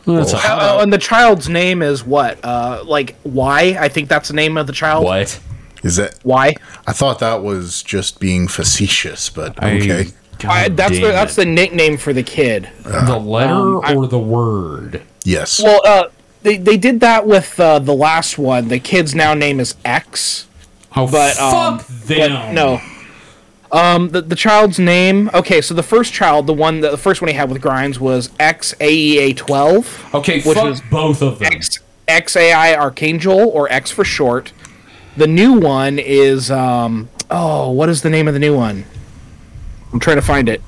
A: that's a
C: Oh, and the child's name is what? Uh, like Y? I think that's the name of the child.
A: what?
B: Is that?
C: Y.
B: I thought that was just being facetious, but okay.
C: I, that's the, that's um, the nickname for the kid.
B: Uh,
A: the, the letter or the word.
B: yes.
C: Well, uh, they they did that with uh, the last one. The kid's now name is X.
A: Oh,
C: But um,
A: fuck them.
C: But no. Um, the, the child's name. Okay, so the first child, the one, the first one he had with Grimes was XAEA twelve,
A: Okay,
C: Which
A: fuck
C: was-
A: both of them.
C: X XAI Archangel or X for short. The new one is um. Oh, what is the name of the new one? I'm trying to find it.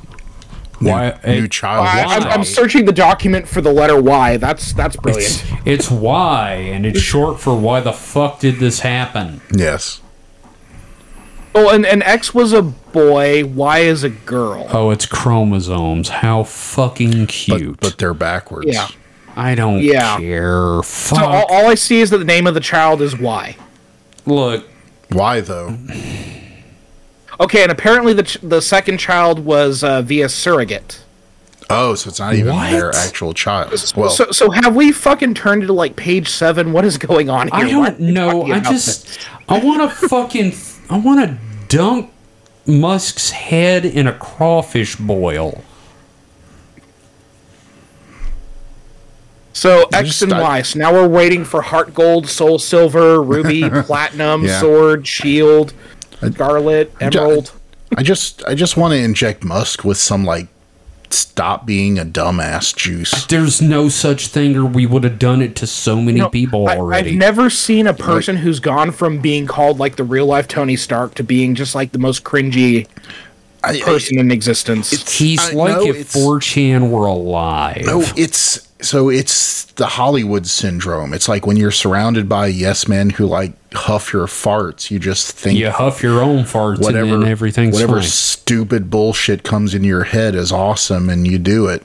B: new,
A: why-
B: new
A: eh,
B: child.
C: I, I'm, I'm searching the document for the letter Y. That's that's brilliant.
A: It's why, and it's short for why the fuck did this happen?
B: yes.
C: Oh, and, and X was a boy. Y is a girl.
A: Oh, it's chromosomes. How fucking cute.
B: But, but they're backwards.
C: Yeah.
A: I don't
C: Yeah.
A: care. Fuck.
C: So all, all I see is that the name of the child is Y.
A: Look,
B: Why though?
C: Okay, and apparently the ch- the second child was uh, via surrogate.
B: Oh, so it's not even
A: What?
B: their actual child. Well,
C: so so have we fucking turned into like page seven? What is going on here?
A: I
C: Why are
A: don't
C: we
A: know.
C: talking
A: I
C: about
A: just, I want to fucking, I want to dunk Musk's head in a crawfish boil.
C: this? so
B: just-
C: X and
B: I-
C: Y. So now we're waiting for Heart Gold, Soul Silver, Ruby, Platinum,
B: Yeah.
C: Sword, Shield, Scarlet, Emerald.
B: I just I just want to inject Musk with some like stop being a dumbass juice.
A: There's no such thing, or we would have done it to so many
C: No,
A: people
C: I,
A: already.
C: I've never seen a person who's gone from being called like the real life Tony Stark to being just like the most cringy
B: I, I-
C: person in existence.
A: He's
B: I-
A: like
B: no,
A: if
B: it's-
A: 4chan were alive.
B: oh, it's so it's the Hollywood syndrome. It's like when you're surrounded by yes men who like huff your farts, you just think
A: You huff your own farts
B: whatever
A: and then everything's
B: whatever
A: fine.
B: stupid bullshit comes into your head is awesome and you do it.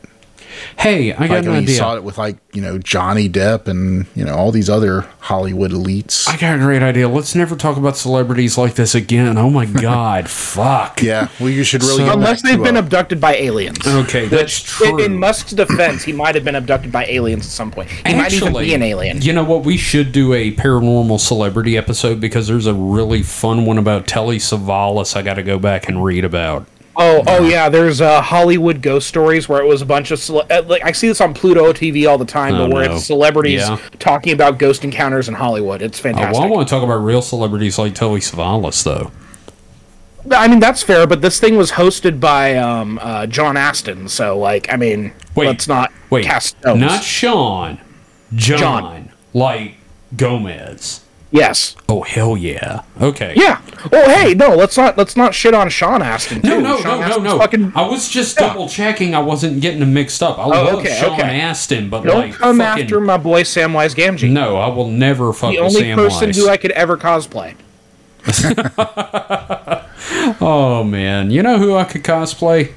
A: Hey, I got
B: Like
A: an
B: I mean, you
A: idea.
B: saw it with like, you know, Johnny Depp and, you know, all these other Hollywood elites.
A: I got a great idea. Let's never talk about celebrities like this again. Oh my god, fuck.
B: yeah, well you should really
A: So-
B: get
C: Unless
B: back
C: they've
B: to
C: been
B: a-
C: abducted by aliens.
A: Okay, that's true.
C: In, in Musk's defense, he might have been abducted by aliens at some point. He might even be an alien.
A: You know what? We should do a paranormal celebrity episode because there's a really fun one about Telly Savalas. I got to go back and read about.
C: Oh, oh yeah. There's uh, Hollywood ghost stories where it was a bunch of cele- uh, like I see this on Pluto TV all the time,
A: Oh,
C: but where
A: no.
C: it's celebrities
A: Yeah.
C: talking about ghost encounters in Hollywood. It's
A: Uh,
C: fantastic.
A: well, I want to talk about real celebrities like Telly Savalas, though.
C: I mean, that's fair, but this thing was hosted by um, uh, John Aston, so like, I mean,
A: Wait,
C: let's not
A: Wait,
C: cast stones.
A: not Sean, John,
C: John.
A: like Gomez.
C: Yes.
A: Oh hell yeah. Okay.
C: Yeah. Well, hey, no, let's not let's not shit on Sean Astin.
A: No,
C: too.
A: no,
C: Sean
A: no, no,
C: Astin's
A: no.
C: Fucking, Oh,
A: I was just double checking. I wasn't getting them mixed up. I love
C: okay,
A: Sean
C: okay.
A: Astin, but
C: don't
A: like,
C: come
A: fucking-
C: after my boy Samwise Gamgee.
A: No, I will never fuck
C: the
A: with
C: only person
A: Samwise.
C: who I could ever cosplay.
A: oh man, you know who I could cosplay?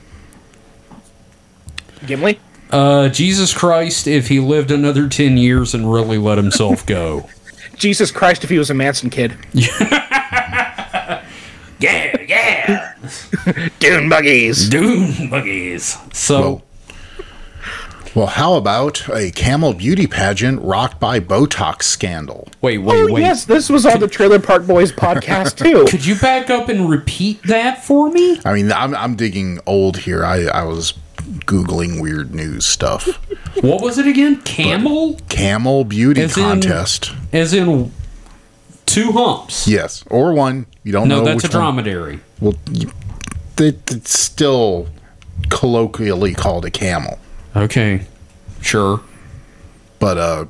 C: Gimli.
A: Uh, Jesus Christ, if he lived another ten years and really let himself go.
C: Jesus Christ, if he was a Manson kid.
A: yeah, yeah.
C: Dune buggies.
A: Dune buggies. So.
B: Well, Well, how about a camel beauty pageant rocked by Botox scandal?
A: Wait, wait,
C: Oh
A: wait.
C: yes, this was on the Trailer Park Boys podcast too.
A: Could you back up and repeat that for me?
B: I mean, I'm, I'm digging old here. I, I was Googling weird news stuff.
A: What was it again? Camel?
B: Camel beauty
A: As in-
B: contest.
A: As in two humps.
B: yes, or one. You don't
A: No,
B: know
A: that's a
B: which one.
A: dromedary.
B: Well, you, it, it's still colloquially called a camel,
A: Okay. Sure.
B: but uh,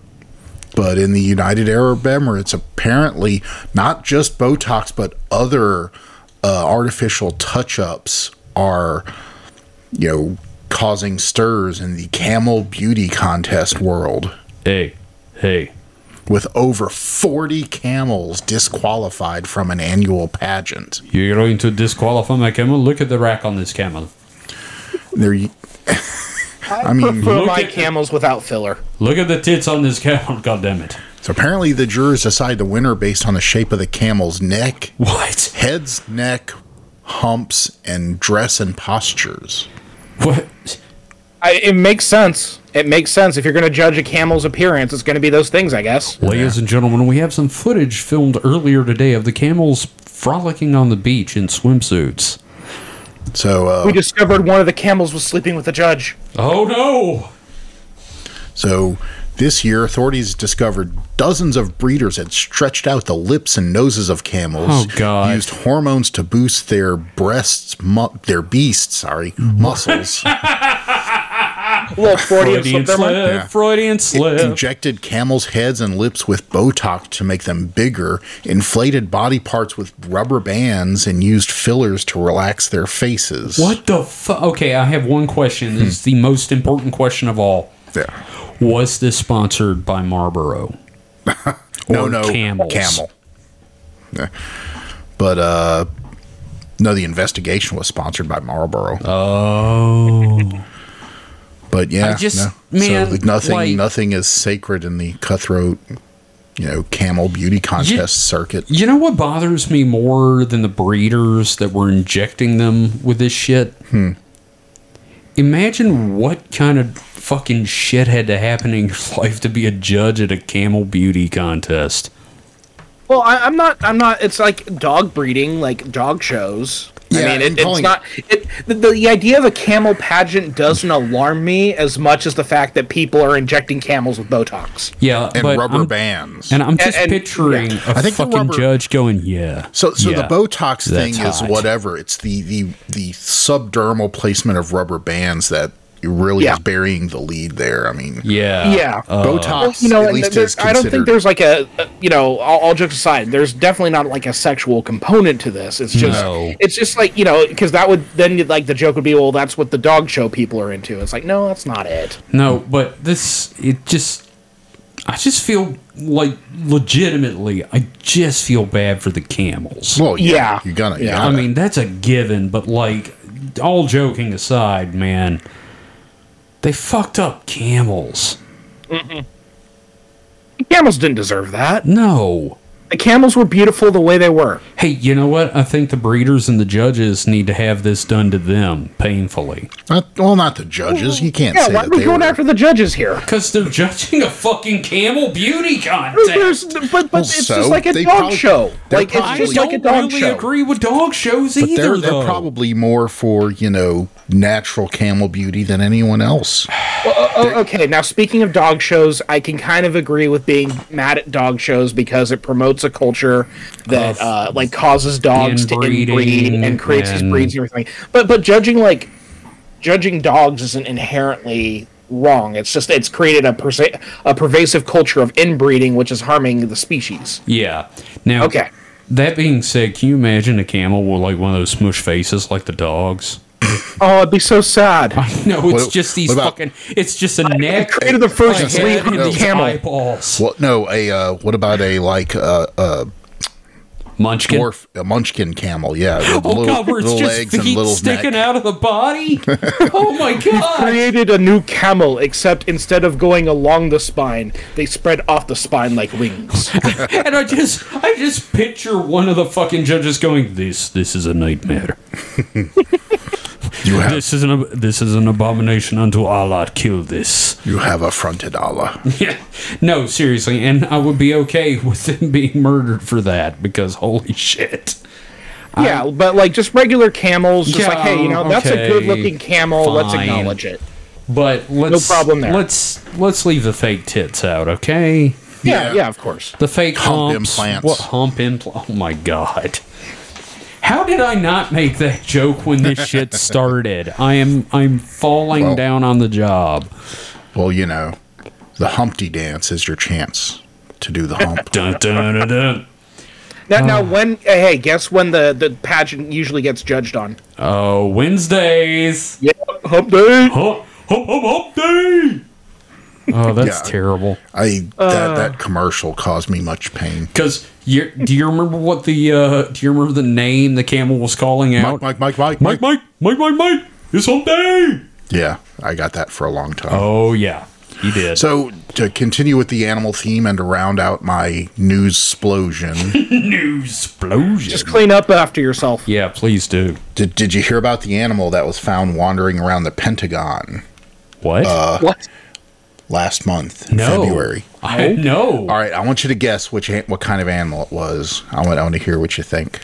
B: but in the United Arab Emirates, apparently not just Botox, but other uh, artificial touch-ups are, you know, causing stirs in the camel beauty contest world.
A: Hey. Hey.
B: With over 40 camels disqualified from an annual pageant.
A: You're going to disqualify my camel? Look at the rack on this camel.
B: There, you- I mean,
C: For
A: Look
C: my
A: at-
C: camels without filler.
A: Look at the tits on this camel, God damn it!
B: So apparently, the jurors decide the winner based on the shape of the camel's neck,
A: What?
B: heads, neck, humps, and dress and postures.
A: What?
C: I, it makes sense. It makes sense. If you're going to judge a camel's appearance, it's going to be those things, I guess.
A: Ladies and gentlemen, we have some footage filmed earlier today of the camels frolicking on the beach in swimsuits.
B: So,
C: We
B: uh,
C: discovered one of the camels was sleeping with the judge.
A: Oh no!
B: so this year, authorities discovered dozens of breeders had stretched out the lips and noses of camels.
A: Oh, God.
B: Used hormones to boost their breasts, mu- their beasts, sorry, muscles.
C: Little
A: Freudian
C: Freudian slip there, Mike.
A: slip. Freudian slip.
B: injected camels' heads and lips with Botox to make them bigger, inflated body parts with rubber bands, and used fillers to relax their faces.
A: What the fuck? Okay, I have one question. This is the most important question of all.
B: Yeah.
A: Was this sponsored by Marlboro?
B: No,
A: Or
B: no,
A: camels.
B: camel. Yeah. But uh, no, the investigation was sponsored by Marlboro.
A: Oh.
B: but yeah,
A: I just-
B: no.
A: man,
B: so nothing,
A: like-
B: nothing is sacred in the cutthroat, you know, camel beauty contest circuit.
A: You know what bothers me more than the breeders that were injecting them with this shit? Hmm. Imagine what kind of fucking shit had to happen in your life to be a judge at a camel beauty contest.
C: Well, I, I'm not. I'm not. It's like dog breeding, like dog shows.
B: Yeah,
C: I mean,
B: I'm
C: it, it's
B: calling
C: not. It, the, the idea of a camel pageant doesn't alarm me as much as the fact that people are injecting camels with Botox.
A: Yeah,
B: And
A: but
B: rubber
A: I'm,
B: bands.
A: And I'm just
C: and-
A: picturing
C: yeah.
A: a
B: I think the
A: fucking
B: rubber-
A: judge going, yeah.
B: So, so
A: yeah,
B: the Botox thing
A: that's
B: is
A: hot."
B: whatever. It's the the the subdermal placement of rubber bands that really
C: Yeah.
B: is burying the lead there. I mean,
A: Yeah. Uh,
C: Yeah.
B: Botox
C: you know,
B: at
C: and
B: least
C: there-
B: is
C: I
B: considered.
C: don't think there's like a, a- you know, all, all jokes aside, there's definitely not like a sexual component to this. It's just,
A: No.
C: it's just like you know, because that would then you'd, like the joke would be, well, that's what the dog show people are into. It's like, no, that's not it.
A: No, but this it just I just feel like legitimately I just feel bad for the camels.
B: well, yeah,
C: Yeah.
B: you're gonna.
C: Yeah.
B: Yeah,
A: I mean, that's a given, but like all joking aside, man, they fucked up camels.
C: The camels didn't deserve that.
A: No.
C: The camels were beautiful the way they were.
A: Hey, you know what? I think the breeders and the judges need to have this done to them painfully.
B: Not- well, not the judges. You can't
C: Yeah,
B: say
C: why are
B: that
C: we
B: they
C: going
B: were-
C: after the judges here?
A: Because they're judging a fucking camel beauty
C: There's,
A: contest.
C: but but it's
B: so,
C: just like a
B: they
C: dog
B: probably-
C: show.
B: they're
C: Like it's
A: I
B: probably-
C: just
A: don't
C: like a dog
A: really
C: show.
A: agree with dog shows
B: But
A: either.
B: they're, they're
A: though.
B: probably more for you know natural camel beauty than anyone else.
C: Oh, okay, now speaking of dog shows, I can kind of agree with being mad at dog shows because it promotes a culture that uh, like causes dogs to inbreed
A: inbreeding
C: and creates these
A: and-
C: breeds and everything. But but judging like judging dogs isn't inherently wrong. It's just it's created a persa- a pervasive culture of inbreeding, which is harming the species.
A: Yeah. Now,
C: Okay.
A: That being said, can you imagine a camel with like one of those smush faces like the dogs?
C: Oh, it'd be so sad.
A: No, it's
B: What-
A: just these
B: what about-
A: fucking. It's just a neck.
C: created the first
A: a head,
C: 300
A: and these
C: camel.
A: eyeballs.
B: Well, no, a uh, what about a like uh, a
A: Munchkin.
B: dwarf, a munchkin camel? Yeah, with
A: Oh god, where it's just feet sticking out of the body. oh my god.
C: Created a new camel, except instead of going along the spine, they spread off the spine like wings.
A: and I just, I just picture one of the fucking judges going, "This, this is a nightmare.
B: You have
A: This is an, this is an abomination unto Allah. Kill this."
B: you have affronted Allah.
A: Yeah. No, seriously, and I would be okay with them being murdered for that because holy shit.
C: yeah, but like just regular camels, just
A: Yeah,
C: like hey, you know that's a
A: okay,
C: good looking camel. Let's
A: fine.
C: acknowledge it.
A: But let's
C: problem there.
A: Let's let's leave the fake tits out, okay?
B: Yeah.
C: Yeah, yeah, of course.
A: The fake
B: Hump
A: humps,
B: implants.
A: What hump implants? Oh my god. How did I not make that joke when this shit started? I am I'm falling
B: Well.
A: down on the job.
B: Well, you know, the Humpty dance is your chance to do the hump.
A: Dun, dun, dun, dun.
C: Now,
A: Oh.
C: now when uh, hey, guess when the the pageant usually gets judged on?
A: Oh, Wednesdays.
C: Yeah, hump day.
A: Hump, hump, hump, hump day. Oh, that's
B: Yeah.
A: terrible.
B: I that that commercial caused me much pain.
A: Because you do you remember what the uh, do you remember the name the camel was calling out?
B: Mike, Mike, Mike, Mike,
A: Mike, Mike, Mike, Mike, Mike. It's hump day.
B: Yeah, I got that for a long time.
A: Oh yeah, he did.
B: So to continue with the animal theme and to round out my news explosion,
A: New explosion.
C: Just clean up after yourself.
A: yeah, please do.
B: did, did you hear about the animal that was found wandering around the Pentagon
A: What?
C: What?
B: last month in
A: no.
B: February?
A: I no.
B: All right, I want you to guess which an- what kind of animal it was. I want I want to hear what you think.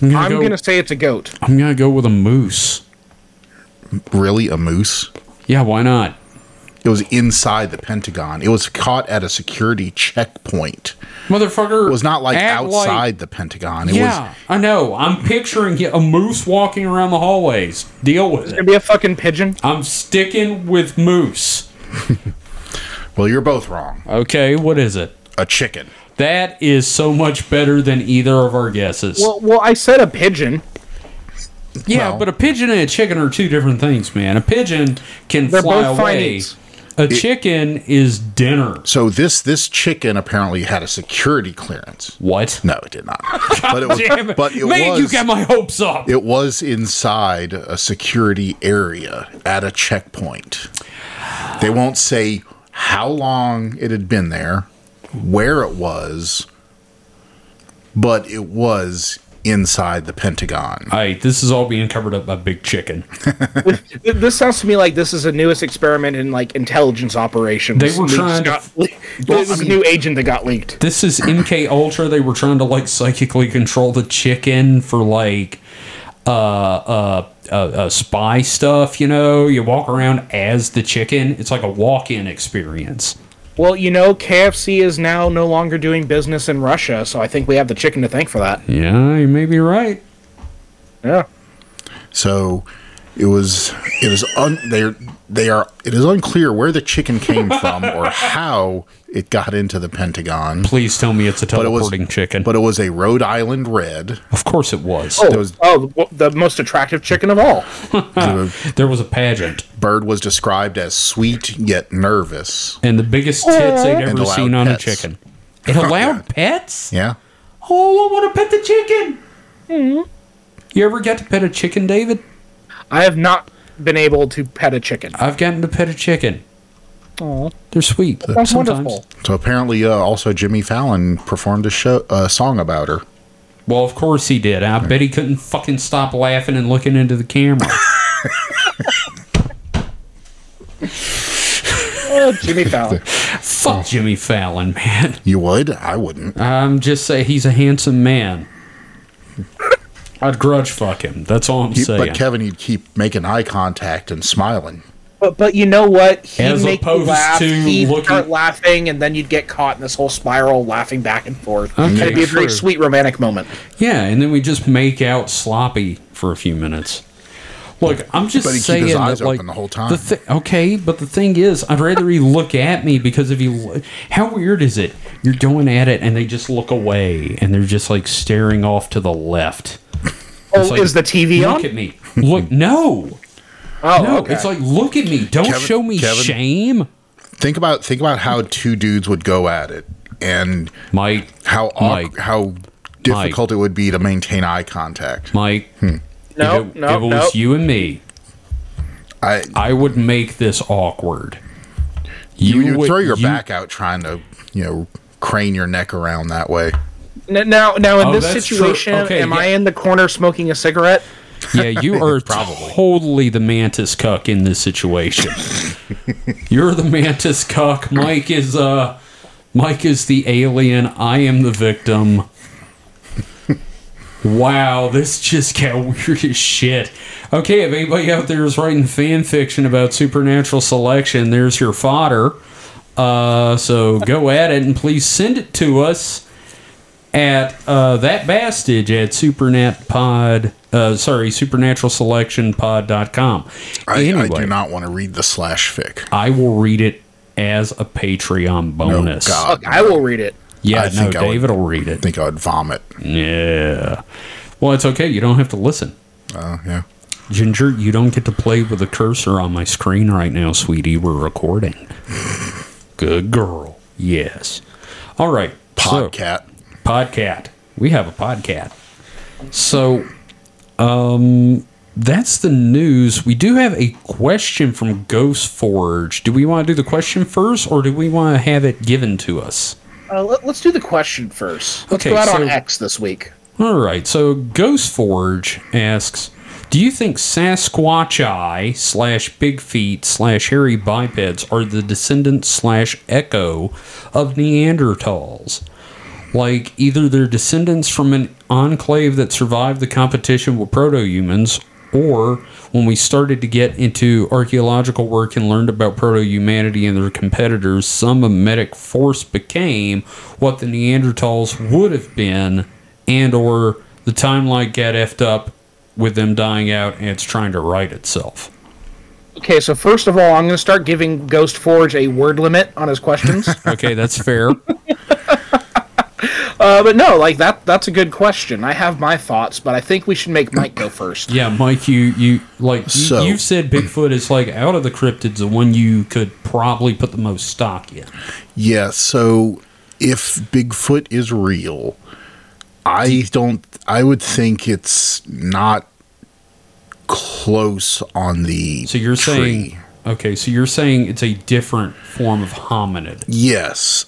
A: I'm gonna
C: I'm
A: go,
C: gonna say it's a goat.
A: I'm gonna go with a moose.
B: Really, a moose?
A: Yeah, why not?
B: It was inside the Pentagon. It was caught at a security checkpoint.
A: Motherfucker.
B: It was not like
A: act
B: outside the Pentagon. It
A: yeah,
B: was
A: I know. I'm picturing y- a moose walking around the hallways. Deal with it.
C: Gonna be a fucking pigeon.
A: I'm sticking with moose.
B: well, you're both wrong.
A: Okay, what is it?
B: A chicken.
A: That is so much better than either of our guesses.
C: Well, well, I said a pigeon.
A: yeah,
B: well-
A: but a pigeon and a chicken are two different things, man. A pigeon can
C: They're
A: fly
C: both
A: away.
C: finite.
A: A chicken is dinner.
B: So this this chicken apparently had a security clearance.
A: What?
B: No, it did not. but it was,
A: Damn it.
B: But it
A: man,
B: was
A: you got my hopes up.
B: it was inside a security area at a checkpoint. They won't say how long it had been there, where it was, but it was inside the Pentagon.
A: all right, this is all being covered up by Big Chicken.
C: Th- This sounds to me like this is the newest experiment in like intelligence operations.
A: They were
C: Leaks
A: trying to-
C: got le- this is a new agent that got leaked.
A: This is MK Ultra. They were trying to like psychically control the chicken for like uh, uh, uh, uh, spy stuff. You know, you walk around as the chicken. It's like a walk-in experience.
C: Well, you know, KFC is now no longer doing business in Russia, so I think we have the chicken to thank for that.
A: Yeah, you may be right.
C: Yeah.
B: So it was it is un they're they are it is unclear where the chicken came from or how it got into the Pentagon.
A: Please tell me it's a
B: it was-
A: teleporting chicken.
B: But it was a Rhode Island red.
A: of course it was.
C: Oh,
B: was-
C: oh, w- the most attractive chicken of all.
B: The
A: There was a pageant,
B: bird was described as sweet yet nervous.
A: and the biggest tits they'd
B: And
A: ever
B: allowed
A: seen on
B: pets.
A: a chicken. It allowed pets?
B: Yeah.
A: Oh, I want to pet the chicken. You ever got to pet a chicken, David?
C: I have not been able to pet a chicken.
A: I've gotten to pet a chicken.
C: Aw.
A: They're sweet.
C: That's
A: sometimes.
C: wonderful.
B: So apparently, uh, also Jimmy Fallon performed a show a song about her.
A: Well, of course he did. I bet he couldn't fucking stop laughing and looking into the camera.
C: Oh, Jimmy Fallon.
A: Fuck Jimmy Fallon, man.
B: You would? I wouldn't.
A: I'm just saying he's a handsome man. I'd grudge fuck him. That's all I'm
B: You-
A: saying.
B: but Kevin, you'd keep making eye contact and smiling.
C: But, but you know what? He'd
A: As
C: make you
A: opposed
C: laugh,
A: to
C: he'd start
A: looking-
C: laughing, and then you'd get caught in this whole spiral laughing back and forth.
A: Okay,
C: It'd be a very
A: true.
C: sweet romantic moment.
A: yeah, and then we just make out sloppy for a few minutes. Look, I'm just
B: But he keep
A: saying
B: his eyes
A: that, like,
B: open the whole time.
A: The thi- okay, but the thing is, I'd rather he look at me because if you, lo- how weird is it? You're going at it and they just look away and they're just like staring off to the left.
C: Oh,
A: It's like,
C: is the TV
A: look
C: on?
A: at me. Look, no,
C: oh,
A: no.
C: okay.
A: It's like look at me. Don't
B: Kevin-
A: show me
B: Kevin-
A: shame,
B: Think about think about how two dudes would go at it and
A: Mike.
B: how awk-
A: Mike.
B: how difficult it would be to maintain eye contact.
A: Mike.
C: no,
A: if it,
C: no,
A: if it
C: no.
A: was you and me,
B: I
A: I would make this awkward.
B: you, you
A: would-
B: throw your
A: you-
B: back out trying to you know crane your neck around that way.
C: N- Now, now in
A: Oh,
C: this
A: that's true.
C: situation,
A: Okay,
C: am
A: yeah.
C: I in the corner smoking a cigarette?
A: Yeah, you are
B: Probably.
A: totally the mantis cuck in this situation. You're the mantis cuck. Mike is uh Mike is the alien. I am the victim. Wow, this just got weird as shit. Okay, if anybody out there is writing fan fiction about supernatural selection, there's your fodder. Uh, so go at it and please send it to us at uh, that bastage at supernatpod uh, sorry supernaturalselectionpod.com
B: I,
A: anyway
B: I do not want to read the slash fic.
A: I will read it as a patreon bonus
B: God.
C: Fuck, I will read it.
A: yeah
B: I
A: no
B: think I would-
A: david will read
B: I
A: it
B: think I would vomit.
A: yeah well it's okay you don't have to listen
B: Uh, yeah.
A: ginger you don't get to play with the cursor on my screen right now sweetie we're recording good girl yes all right so-
B: Podcat.
A: Podcat. We have a podcat. So, um, that's the news. We do have a question from Ghost Forge. Do we want to do the question first, or do we want to have it given to us?
C: Uh, let, us do the question first. Let's
A: Okay,
C: go out
A: so-
C: on X this week.
A: All right. So, Ghost Forge asks. Do you think Sasquatch Eye slash Big Feet slash Hairy Bipeds are the descendants slash echo of Neanderthals? like either they're descendants from an enclave that survived the competition with proto humans, or when we started to get into archaeological work and learned about proto humanity and their competitors, some mimetic force became what the Neanderthals would have been, and or the timeline got effed up with them dying out and it's trying to right itself.
C: Okay, so first of all, I'm going to start giving Ghost Forge a word limit on his questions.
A: Okay, that's fair.
C: uh, but no, like that that's a good question. I have my thoughts, but I think we should make Mike go first.
A: Yeah, Mike, you you like you,
B: So-
A: you've said Bigfoot is like out of the cryptids the one you could probably put the most stock in.
B: Yeah, so if Bigfoot is real, I don't I would think it's not close on the
A: So you're
B: tree.
A: saying okay, so you're saying it's a different form of hominid.
B: Yes.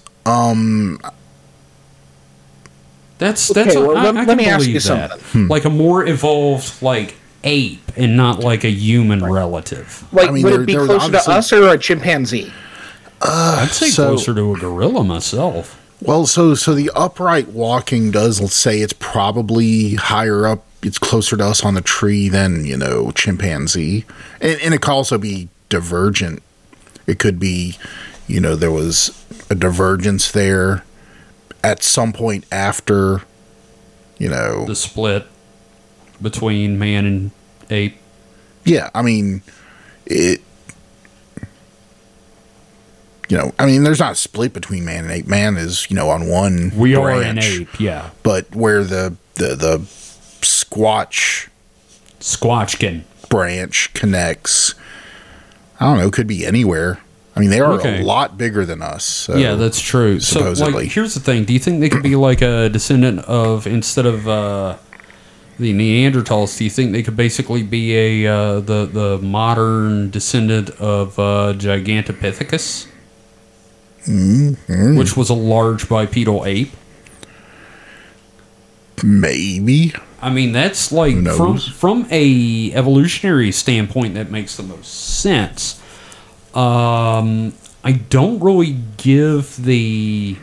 A: That's that's
C: Okay, well,
A: I,
C: let-
A: I
C: let
A: can
C: me ask you
A: believe that.
C: something.
A: Like a more evolved like ape and not like a human relative.
C: Like,
B: I mean,
C: would
B: there-
C: it be
B: there was
C: closer to
B: obviously-
C: us or a chimpanzee?
A: I'd say
B: so-
A: closer to a gorilla myself.
B: Well, so so the upright walking does let's say it's probably higher up, it's closer to us on the tree than, you know, chimpanzee. And and it could also be divergent. It could be, you know, there was a divergence there at some point after, you know.
A: The split between man and ape.
B: yeah, I mean, it. You know, I mean, there's not a split between man and ape. Man is, you know, on one.
A: We are an
B: branch,
A: ape, yeah.
B: but where the the the Squatch
A: Squatchkin.
B: branch connects, I don't know. Could be anywhere. I mean, they are
A: Okay.
B: a lot bigger than us. So.
A: yeah, that's true. So,
B: supposedly.
A: like, here's the thing: Do you think they could be like a descendant of instead of uh, the Neanderthals? Do you think they could basically be a uh, the the modern descendant of uh, Gigantopithecus,
B: Mm-hmm.
A: which was a large bipedal ape?
B: maybe.
A: I mean, that's like
B: Who
A: from
B: knows?
A: from a evolutionary standpoint, that makes the most sense. Um, I don't really give the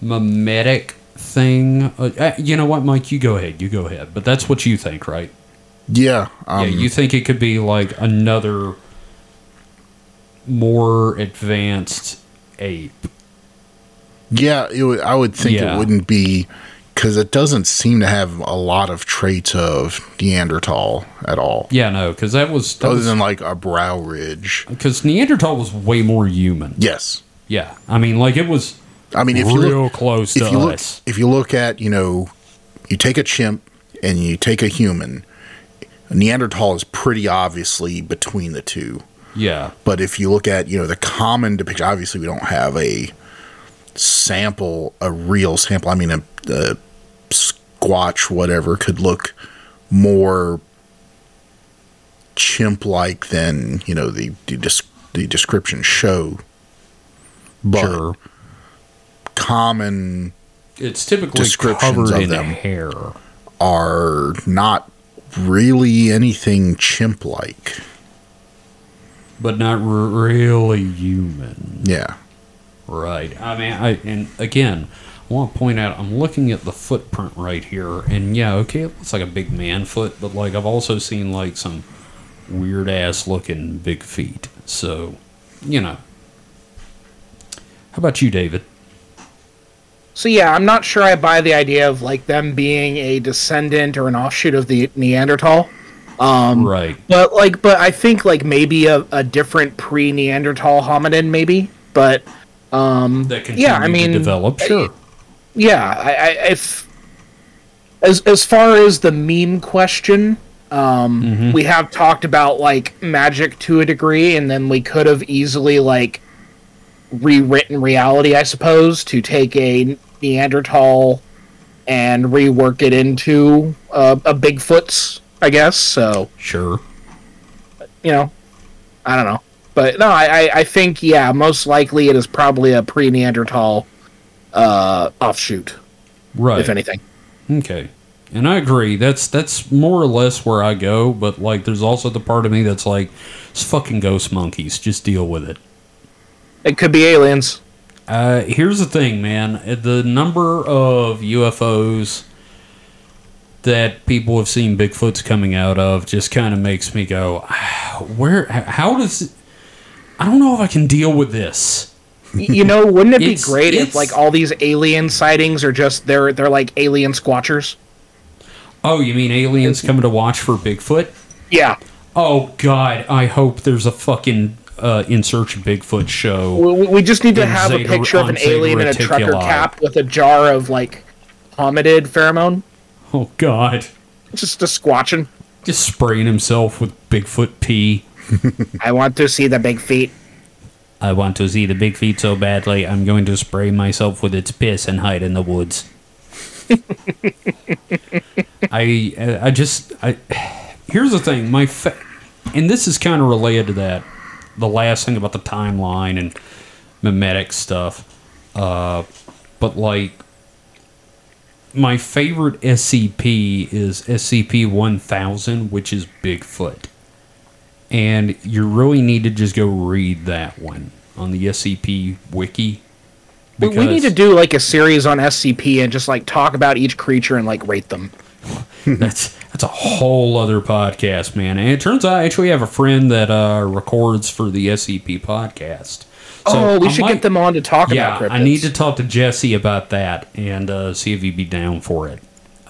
A: mimetic thing. Uh, uh, you know what, Mike? You go ahead. You go ahead. But that's what you think, right?
B: Yeah. Um,
A: yeah, you think it could be like another more advanced ape.
B: Yeah, it would, I would think
A: Yeah.
B: it wouldn't be because it doesn't seem to have a lot of traits of Neanderthal at all,
A: Yeah, no, because that was
B: other than like a brow ridge.
A: because Neanderthal was way more human.
B: Yes,
A: Yeah, I mean, like it was
B: I mean if
A: real
B: you look,
A: close to
B: if you look
A: us.
B: if you look at you know, you take a chimp and you take a human, Neanderthal is pretty obviously between the two.
A: Yeah,
B: But if you look at, you know, the common depiction, obviously we don't have a sample, a real sample. I mean, a, a squatch, whatever, could look more chimp like than, you know, the, the, dis- the description show. But
A: sure.
B: common
A: It's typically
B: descriptions
A: covered
B: of
A: in
B: them.
A: hair.
B: are not really anything chimp like.
A: but not r- really human.
B: Yeah.
A: Right. I mean, I and again, I want to point out I'm looking at the footprint right here, and yeah, okay, it looks like a big man foot, but like I've also seen like some weird ass looking big feet. So, you know. How about you, David?
C: So yeah, I'm not sure I buy the idea of like them being a descendant or an offshoot of the Neanderthal. Um,
A: right.
C: But like, but I think like maybe a, a different pre-Neanderthal hominid, maybe. But
A: That continued
C: I mean,
A: to develop. Sure.
C: yeah, I, I if as as far as the meme question, um, we have talked about like magic to a degree, and then we could have easily like rewritten reality, I suppose, to take a Neanderthal and rework it into uh, a Bigfoot's, I guess. So
A: Sure.
C: you know, I don't know. But no, I, I, I think yeah, most likely it is probably a pre-Neanderthal uh, offshoot,
A: Right.
C: if anything.
A: Okay. And I agree. That's that's more or less where I go, but like there's also the part of me that's like it's fucking ghost monkeys, just deal with it.
C: It could be aliens.
A: Uh here's the thing, man. Uh, The number of UFOs that people have seen Bigfoot's coming out of just kind of makes me go, "Ah, "Where how does I don't know if I can deal with this."
C: Y- You know, wouldn't it be
A: It's-
C: great
A: it's-
C: if like all these alien sightings are just they're they're like alien squatchers?
A: Oh, you mean aliens coming to watch for Bigfoot?
C: Yeah.
A: Oh god, I hope there's a fucking uh, in search of Bigfoot show.
C: We, we- we just need to
A: In
C: have
A: Zeta-
C: a picture of
A: on
C: an alien in a
A: Zeta
C: trucker
A: Reticuli.
C: cap with a jar of like hominid pheromone,
A: Oh God!
C: just a squatching.
A: Just spraying himself with Bigfoot pee.
C: I want to see the big feet.
A: I want to see the big feet so badly. I'm going to spray myself with its piss and hide in the woods. I I just I. Here's the thing, my fa- and this is kind of related to that. The last thing about the timeline and mimetic stuff, uh, but like my favorite SCP is SCP 1000, which is Bigfoot. And you really need to just go read that one on the SCP wiki.
C: We- we need to do like a series on SCP and just like talk about each creature and like rate them.
A: that's that's a whole other podcast, man. And it turns out I actually have a friend that uh, records for the SCP podcast.
C: oh, we
A: I
C: should
A: might-
C: get them on to talk
A: Yeah,
C: about cryptids.
A: I need to talk to Jesse about that and uh, see if he'd be down for it.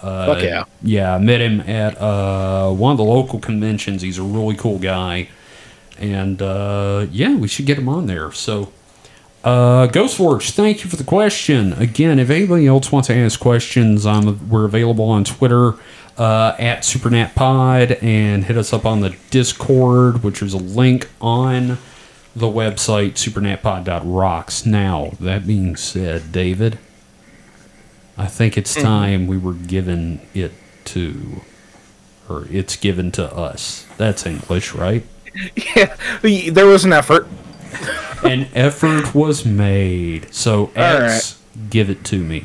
A: uh,
C: Fuck yeah.
A: Yeah, I met him at uh, one of the local conventions. He's a really cool guy, and uh, yeah, we should get him on there. So, uh, Ghostwatch, thank you for the question again. If anybody else wants to ask questions, um, we're available on Twitter uh, at SupernatPod and hit us up on the Discord, which is a link on the website supernatpod.rocks. Now, that being said, David. I think it's
C: Mm-hmm.
A: time we were given it to, or it's given to us. That's English, right?
C: Yeah, there was an effort.
A: An effort was made. So X, give it to me.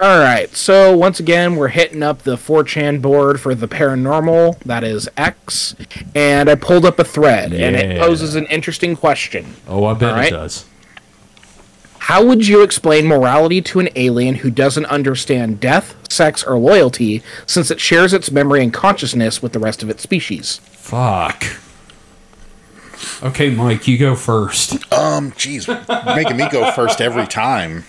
C: All right, so once again, we're hitting up the 4chan board for the paranormal, that is X, and I pulled up a thread, and it
A: Yeah.
C: poses an interesting question.
A: Oh, I bet
C: All right.
A: it does.
C: How would you explain morality to an alien who doesn't understand death, sex, or loyalty, since it shares its memory and consciousness with the rest of its species?
A: Fuck. Okay, Mike, you go first.
B: Um, jeez, making me go first every time.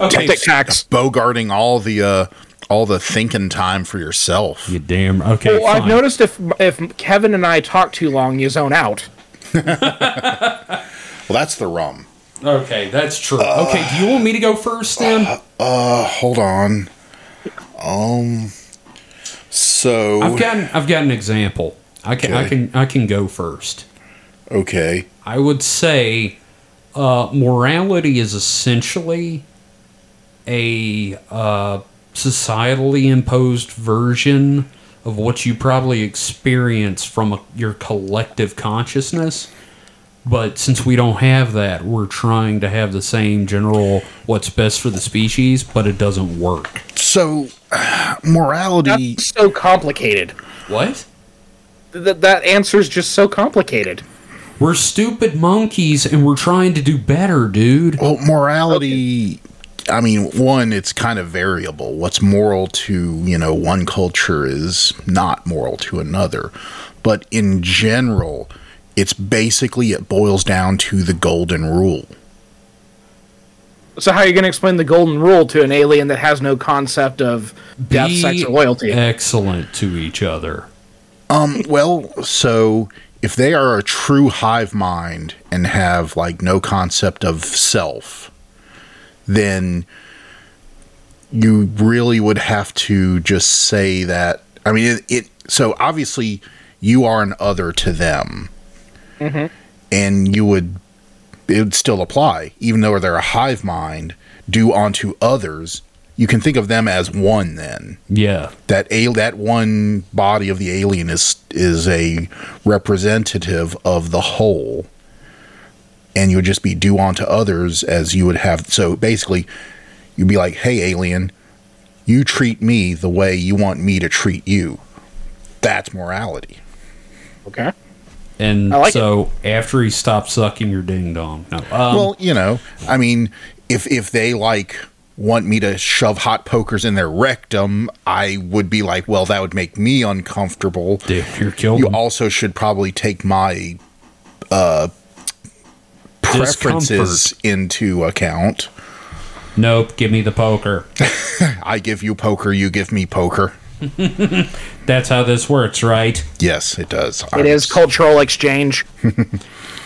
A: Okay,
C: Tic Tacs.
B: Bogarting all the uh, all the thinking time for yourself.
A: You damn okay.
C: Well, I've
A: fine.
C: noticed if if Kevin and I talk too long, you zone out.
B: Well, that's the rum.
A: Okay, that's true. okay, do you want me to go first then?
B: Hold on. Um. So
C: Uh,
A: I've got I've got an example. I can I
B: Okay.
A: can I can go first.
B: okay.
A: I would say uh, morality is essentially a uh, societally imposed version of what you probably experience from a, your collective consciousness. But since we don't have that, we're trying to have the same general what's best for the species, but it doesn't work.
B: So morality.
C: That's so complicated.
A: What?
C: That that answer's just so complicated.
A: We're stupid monkeys and we're trying to do better, dude.
B: Well, morality. I mean, one, it's kind of variable. What's moral to you know one culture is not moral to another, but in general, it's basically it boils down to the golden rule.
C: So how are you going to explain the golden rule to an alien that has no concept of death,
A: Be
C: sex, or loyalty?
A: Excellent to each other.
B: Um, well, so if they are a true hive mind and have like no concept of self, then you really would have to just say that. I mean, it, it so obviously you are an other to them, and you would it would still apply, even though they're a hive mind due onto others. You can think of them as one then
A: Yeah.
B: that a that one body of the alien is is a representative of the whole and you would just be due onto others as you would have so basically you'd be like hey alien you treat me the way you want me to treat you that's morality
C: Okay.
A: And
C: I like
A: so after he stops sucking your ding dong. No. Um,
B: well you know i mean if if they like want me to shove hot pokers in their rectum i would be like well that would make me uncomfortable
A: dude, you're killed.
B: you also should probably take my uh preferences into account.
A: nope, give me the poker.
B: I give you poker, you give me poker.
A: That's how this works, right?
B: Yes, it does.
C: It is cultural exchange.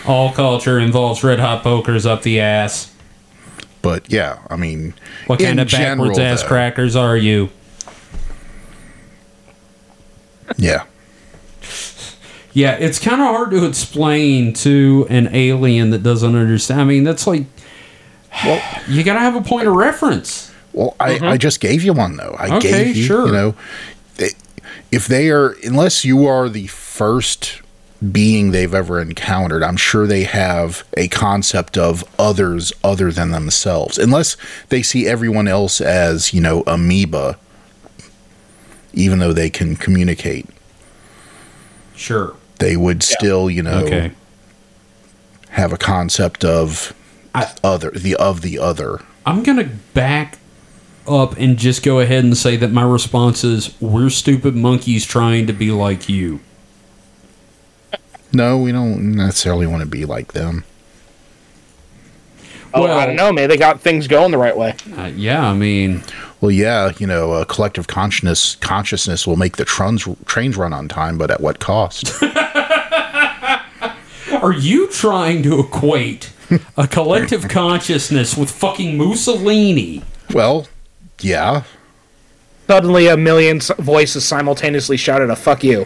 A: All culture involves red hot pokers up the ass.
B: But yeah, I mean
A: What kind
B: in
A: of backwards
B: general,
A: ass
B: though,
A: crackers are you?
B: Yeah.
A: Yeah, it's kind of hard to explain to an alien that doesn't understand. I mean, that's like,
B: Well-
A: you gotta have a point of reference.
B: Well, I, I just gave you one though. I
A: Mm-hmm. Okay,
B: gave you,
A: sure.
B: you know, they- if they are, unless you are the first being they've ever encountered, I'm sure they have a concept of others other than themselves, unless they see everyone else as, you know, amoeba, even though they can communicate,
A: Sure.
B: they would still, you know,
A: Okay.
B: have a concept of other, the, of the other.
A: I'm going to back up and just go ahead and say that my response is we're stupid monkeys trying to be like you.
B: No, we don't necessarily want to be like them.
C: Oh,
A: Well-
C: I don't know. Maybe they got things going the right way.
A: Uh, yeah, I mean,
B: Well, yeah, you know, uh, collective consciousness consciousness will make the trons, trains run on time, but at what cost?
A: are you trying to equate a collective consciousness with fucking Mussolini?
B: well, yeah,
C: Suddenly, a million s- voices simultaneously shouted a "fuck you."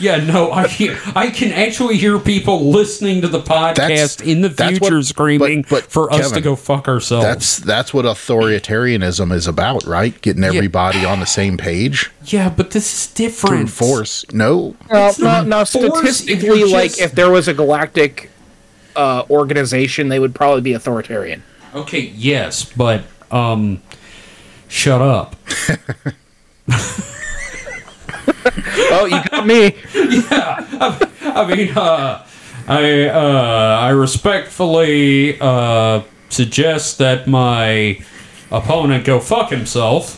A: Yeah, no, I hear, I can actually hear people listening to the podcast
B: That's-
A: in the
B: that's what-
A: future screaming
B: but- but,
A: for us to
B: Kevin,
A: go fuck ourselves.
B: that's that's what authoritarianism is about, right? Getting everybody on the same page
A: yeah, but this is
B: through
A: different.
B: force. No,
C: No, no, no.
A: force if you're
C: Statistically, like
A: just-
C: if there was a galactic uh, organization, they would probably be authoritarian.
A: Okay, yes, but um shut up.
C: Oh, you got me.
A: I mean, uh, I uh, I respectfully uh, suggest that my opponent go fuck himself.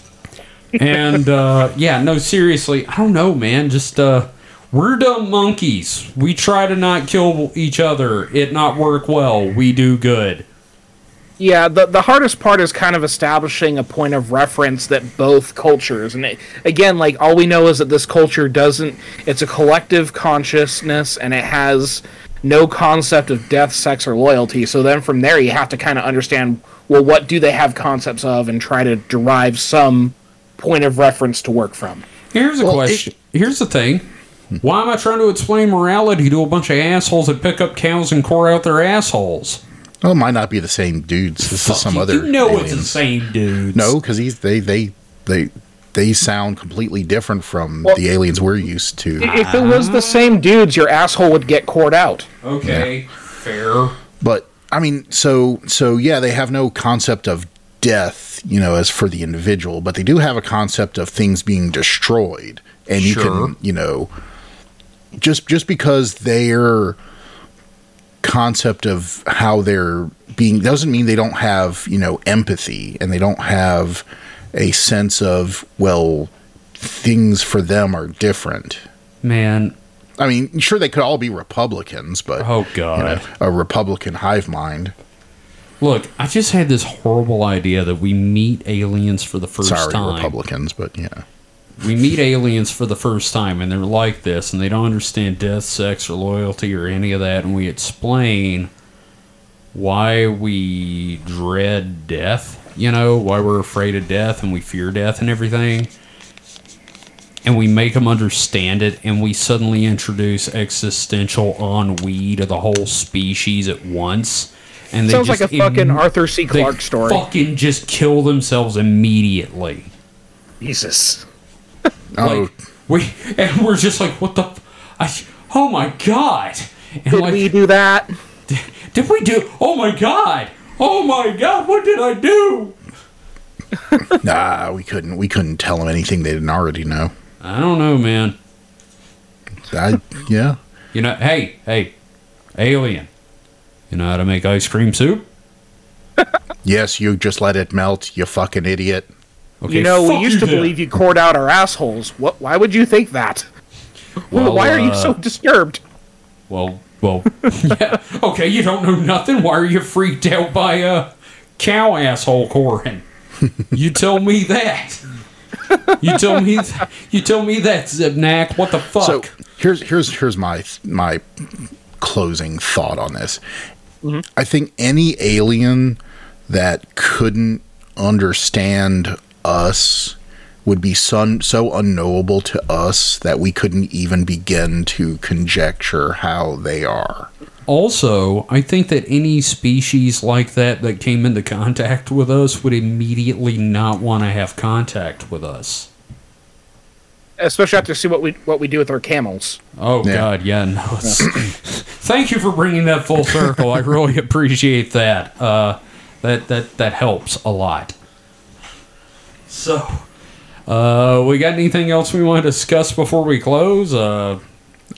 A: And uh, yeah, no, seriously, I don't know, man. Just uh, we're dumb monkeys. We try to not kill each other. It not work well. We do good.
C: Yeah, the, the hardest part is kind of establishing a point of reference that both cultures, and it, again, like all we know is that this culture doesn't, it's a collective consciousness and it has no concept of death, sex, or loyalty. So then from there, you have to kind of understand, well, what do they have concepts of and try to derive some point of reference to work from.
A: Here's a question. Here's the thing. Why am I trying to explain morality to a bunch of assholes that pick up cows and core out their assholes?
B: Well, it might not be the same dudes. This
A: Fuck
B: is some
A: you,
B: other.
A: You know it's the
B: aliens.
A: same dudes.
B: No, because he's they they they they sound completely different from
C: Well-
B: the aliens we're used to.
C: If it was the same dudes, your asshole would get cored out.
A: Okay. Fair.
B: But I mean, so so yeah, they have no concept of death, you know, as for the individual, but they do have a concept of things being destroyed, and you
A: Sure.
B: can you know, just just because their concept of how they're being doesn't mean they don't have you know empathy and they don't have a sense of well things for them are different
A: Man.
B: I mean, sure they could all be Republicans, but
A: Oh, God.
B: a Republican hive mind.
A: Look, I just had this horrible idea that we meet aliens for the first
B: Sorry,
A: time.
B: Republicans, but yeah,
A: we meet aliens for the first time and they're like this and they don't understand death, sex, or loyalty or any of that, and we explain why we dread death, you know, why we're afraid of death and we fear death and everything. And we make them understand it, and we suddenly introduce existential ennui to the whole species at once. And they
C: Sounds like
A: just
C: a fucking
A: im-
C: Arthur C.
A: they
C: Clarke story.
A: Fucking just kill themselves immediately.
C: Jesus. Oh.
B: Oh,
A: Like, we and we're just like, what the? f- I sh- oh my god! And
C: Did
A: like,
C: we do that?
A: did we do? Oh my god! Oh my god! What did I do?
B: nah, we couldn't. We couldn't tell them anything they didn't already know.
A: I don't know, man.
B: I yeah.
A: You know, hey, hey, alien. You know how to make ice cream soup?
B: Yes, you just let it melt. You fucking idiot.
A: Okay,
C: You know, we
A: fuck
C: used to
A: then.
C: believe you cored out our assholes. What? Why would you think that?
A: Well,
C: why are you
A: uh,
C: so disturbed?
A: Well, well, yeah. Okay, you don't know nothing. Why are you freaked out by a cow asshole corin? You tell me that. You tell me. Th- you tell me that Zibnack. What the fuck?
B: So here's here's here's my my closing thought on this.
A: Mm-hmm.
B: I think any alien that couldn't understand us would be so, so unknowable to us that we couldn't even begin to conjecture how they are.
A: Also, I think that any species like that that came into contact with us would immediately not want to have contact with us.
C: Especially after see what we what we do with our camels.
A: Oh
B: Yeah.
A: God, yeah, no. It's, thank you for bringing that full circle. I really appreciate that. Uh, that that that helps a lot. So, uh, we got anything else we want to discuss before we close? Uh,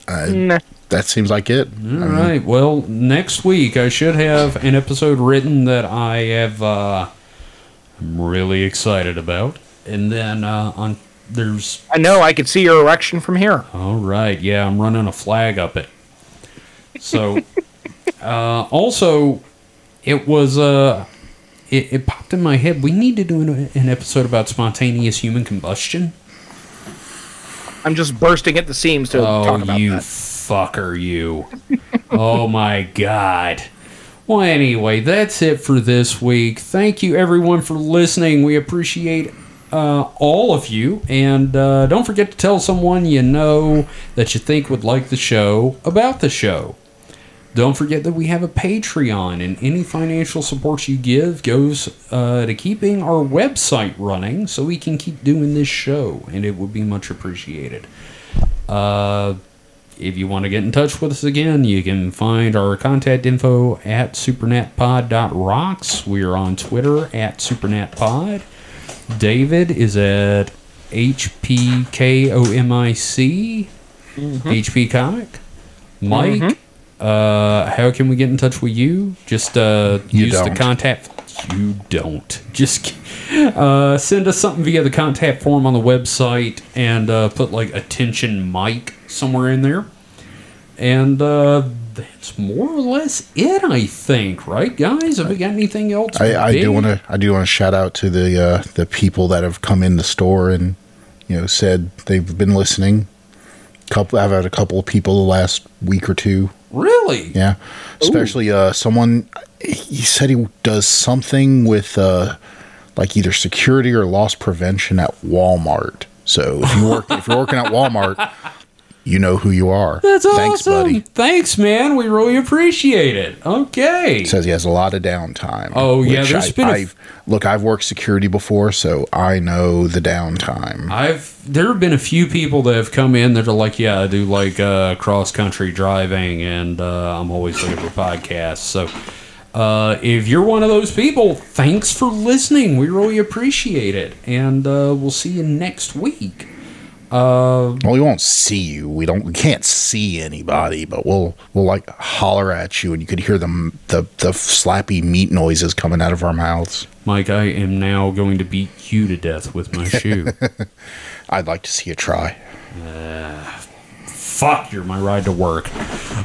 C: Nah.
B: That seems like it.
A: All right. Well, next week I should have an episode written that I have. Uh, I'm really excited about, and then uh, on there's.
C: I know. I could see your erection from here.
A: All right. Yeah, I'm running a flag up it. So, uh, also, it was. Uh, it, it popped in my head. We need to do an, an episode about spontaneous human combustion.
C: I'm just bursting at the seams to
A: Oh,
C: talk about
A: you
C: that.
A: fucker, you. oh, my God. Well, anyway, that's it for this week. Thank you, everyone, for listening. We appreciate uh, all of you. And uh, don't forget to tell someone you know that you think would like the show about the show. Don't forget that we have a Patreon, and any financial support you give goes uh, to keeping our website running so we can keep doing this show, and it would be much appreciated. Uh, if you want to get in touch with us again, you can find our contact info at supernatpod.rocks. We are on Twitter at supernatpod. David is at HPKOMIC, HP Comic. Mike, uh, how can we get in touch with you? Just uh,
B: You
A: use the
B: don't.
A: contact. You don't. Just ki- uh, send us something via the contact form on the website and uh, put like attention Mike somewhere in there. And uh, that's more or less it, I think. Right, guys? Have we got anything else?
B: I, I
A: big?
B: do want to I do want to shout out to the uh, the people that have come in the store and you know said they've been listening. Couple I've had a couple of people the last week or two.
A: Really?
B: Yeah, especially uh, someone he said he does something with uh, like either security or loss prevention at Walmart. So if you work if you're working at Walmart, you know who you are.
A: That's awesome.
B: Thanks, buddy.
A: Thanks, man. We really appreciate it. Okay.
B: says he has a lot of downtime.
A: Oh, yeah,
B: which
A: there's
B: I,
A: been a-
B: I've- look. I've worked security before, so I know the downtime.
A: I've there have been a few people that have come in that are like, yeah, I do like uh, cross country driving, and uh, I'm always looking for podcasts. So uh, if you're one of those people, thanks for listening. We really appreciate it, and uh, we'll see you next week. Um,
B: well, we won't see you. We don't. We can't see anybody, but we'll we'll like holler at you, and you could hear the the the slappy meat noises coming out of our mouths.
A: Mike, I am now going to beat you to death with my shoe.
B: I'd like to see you try.
A: fuck, you're my ride to work.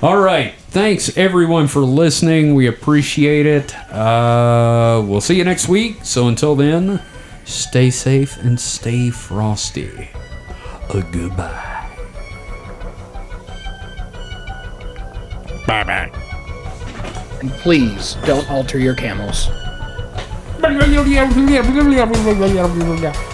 A: All right. Thanks, everyone, for listening. We appreciate it. Uh, we'll see you next week. So until then, stay safe and stay frosty. A goodbye.
B: Bye bye.
C: And please don't alter your camels.
D: Blah, blah, blah, blah, blah, blah, blah, blah, blah, blah, blah, blah.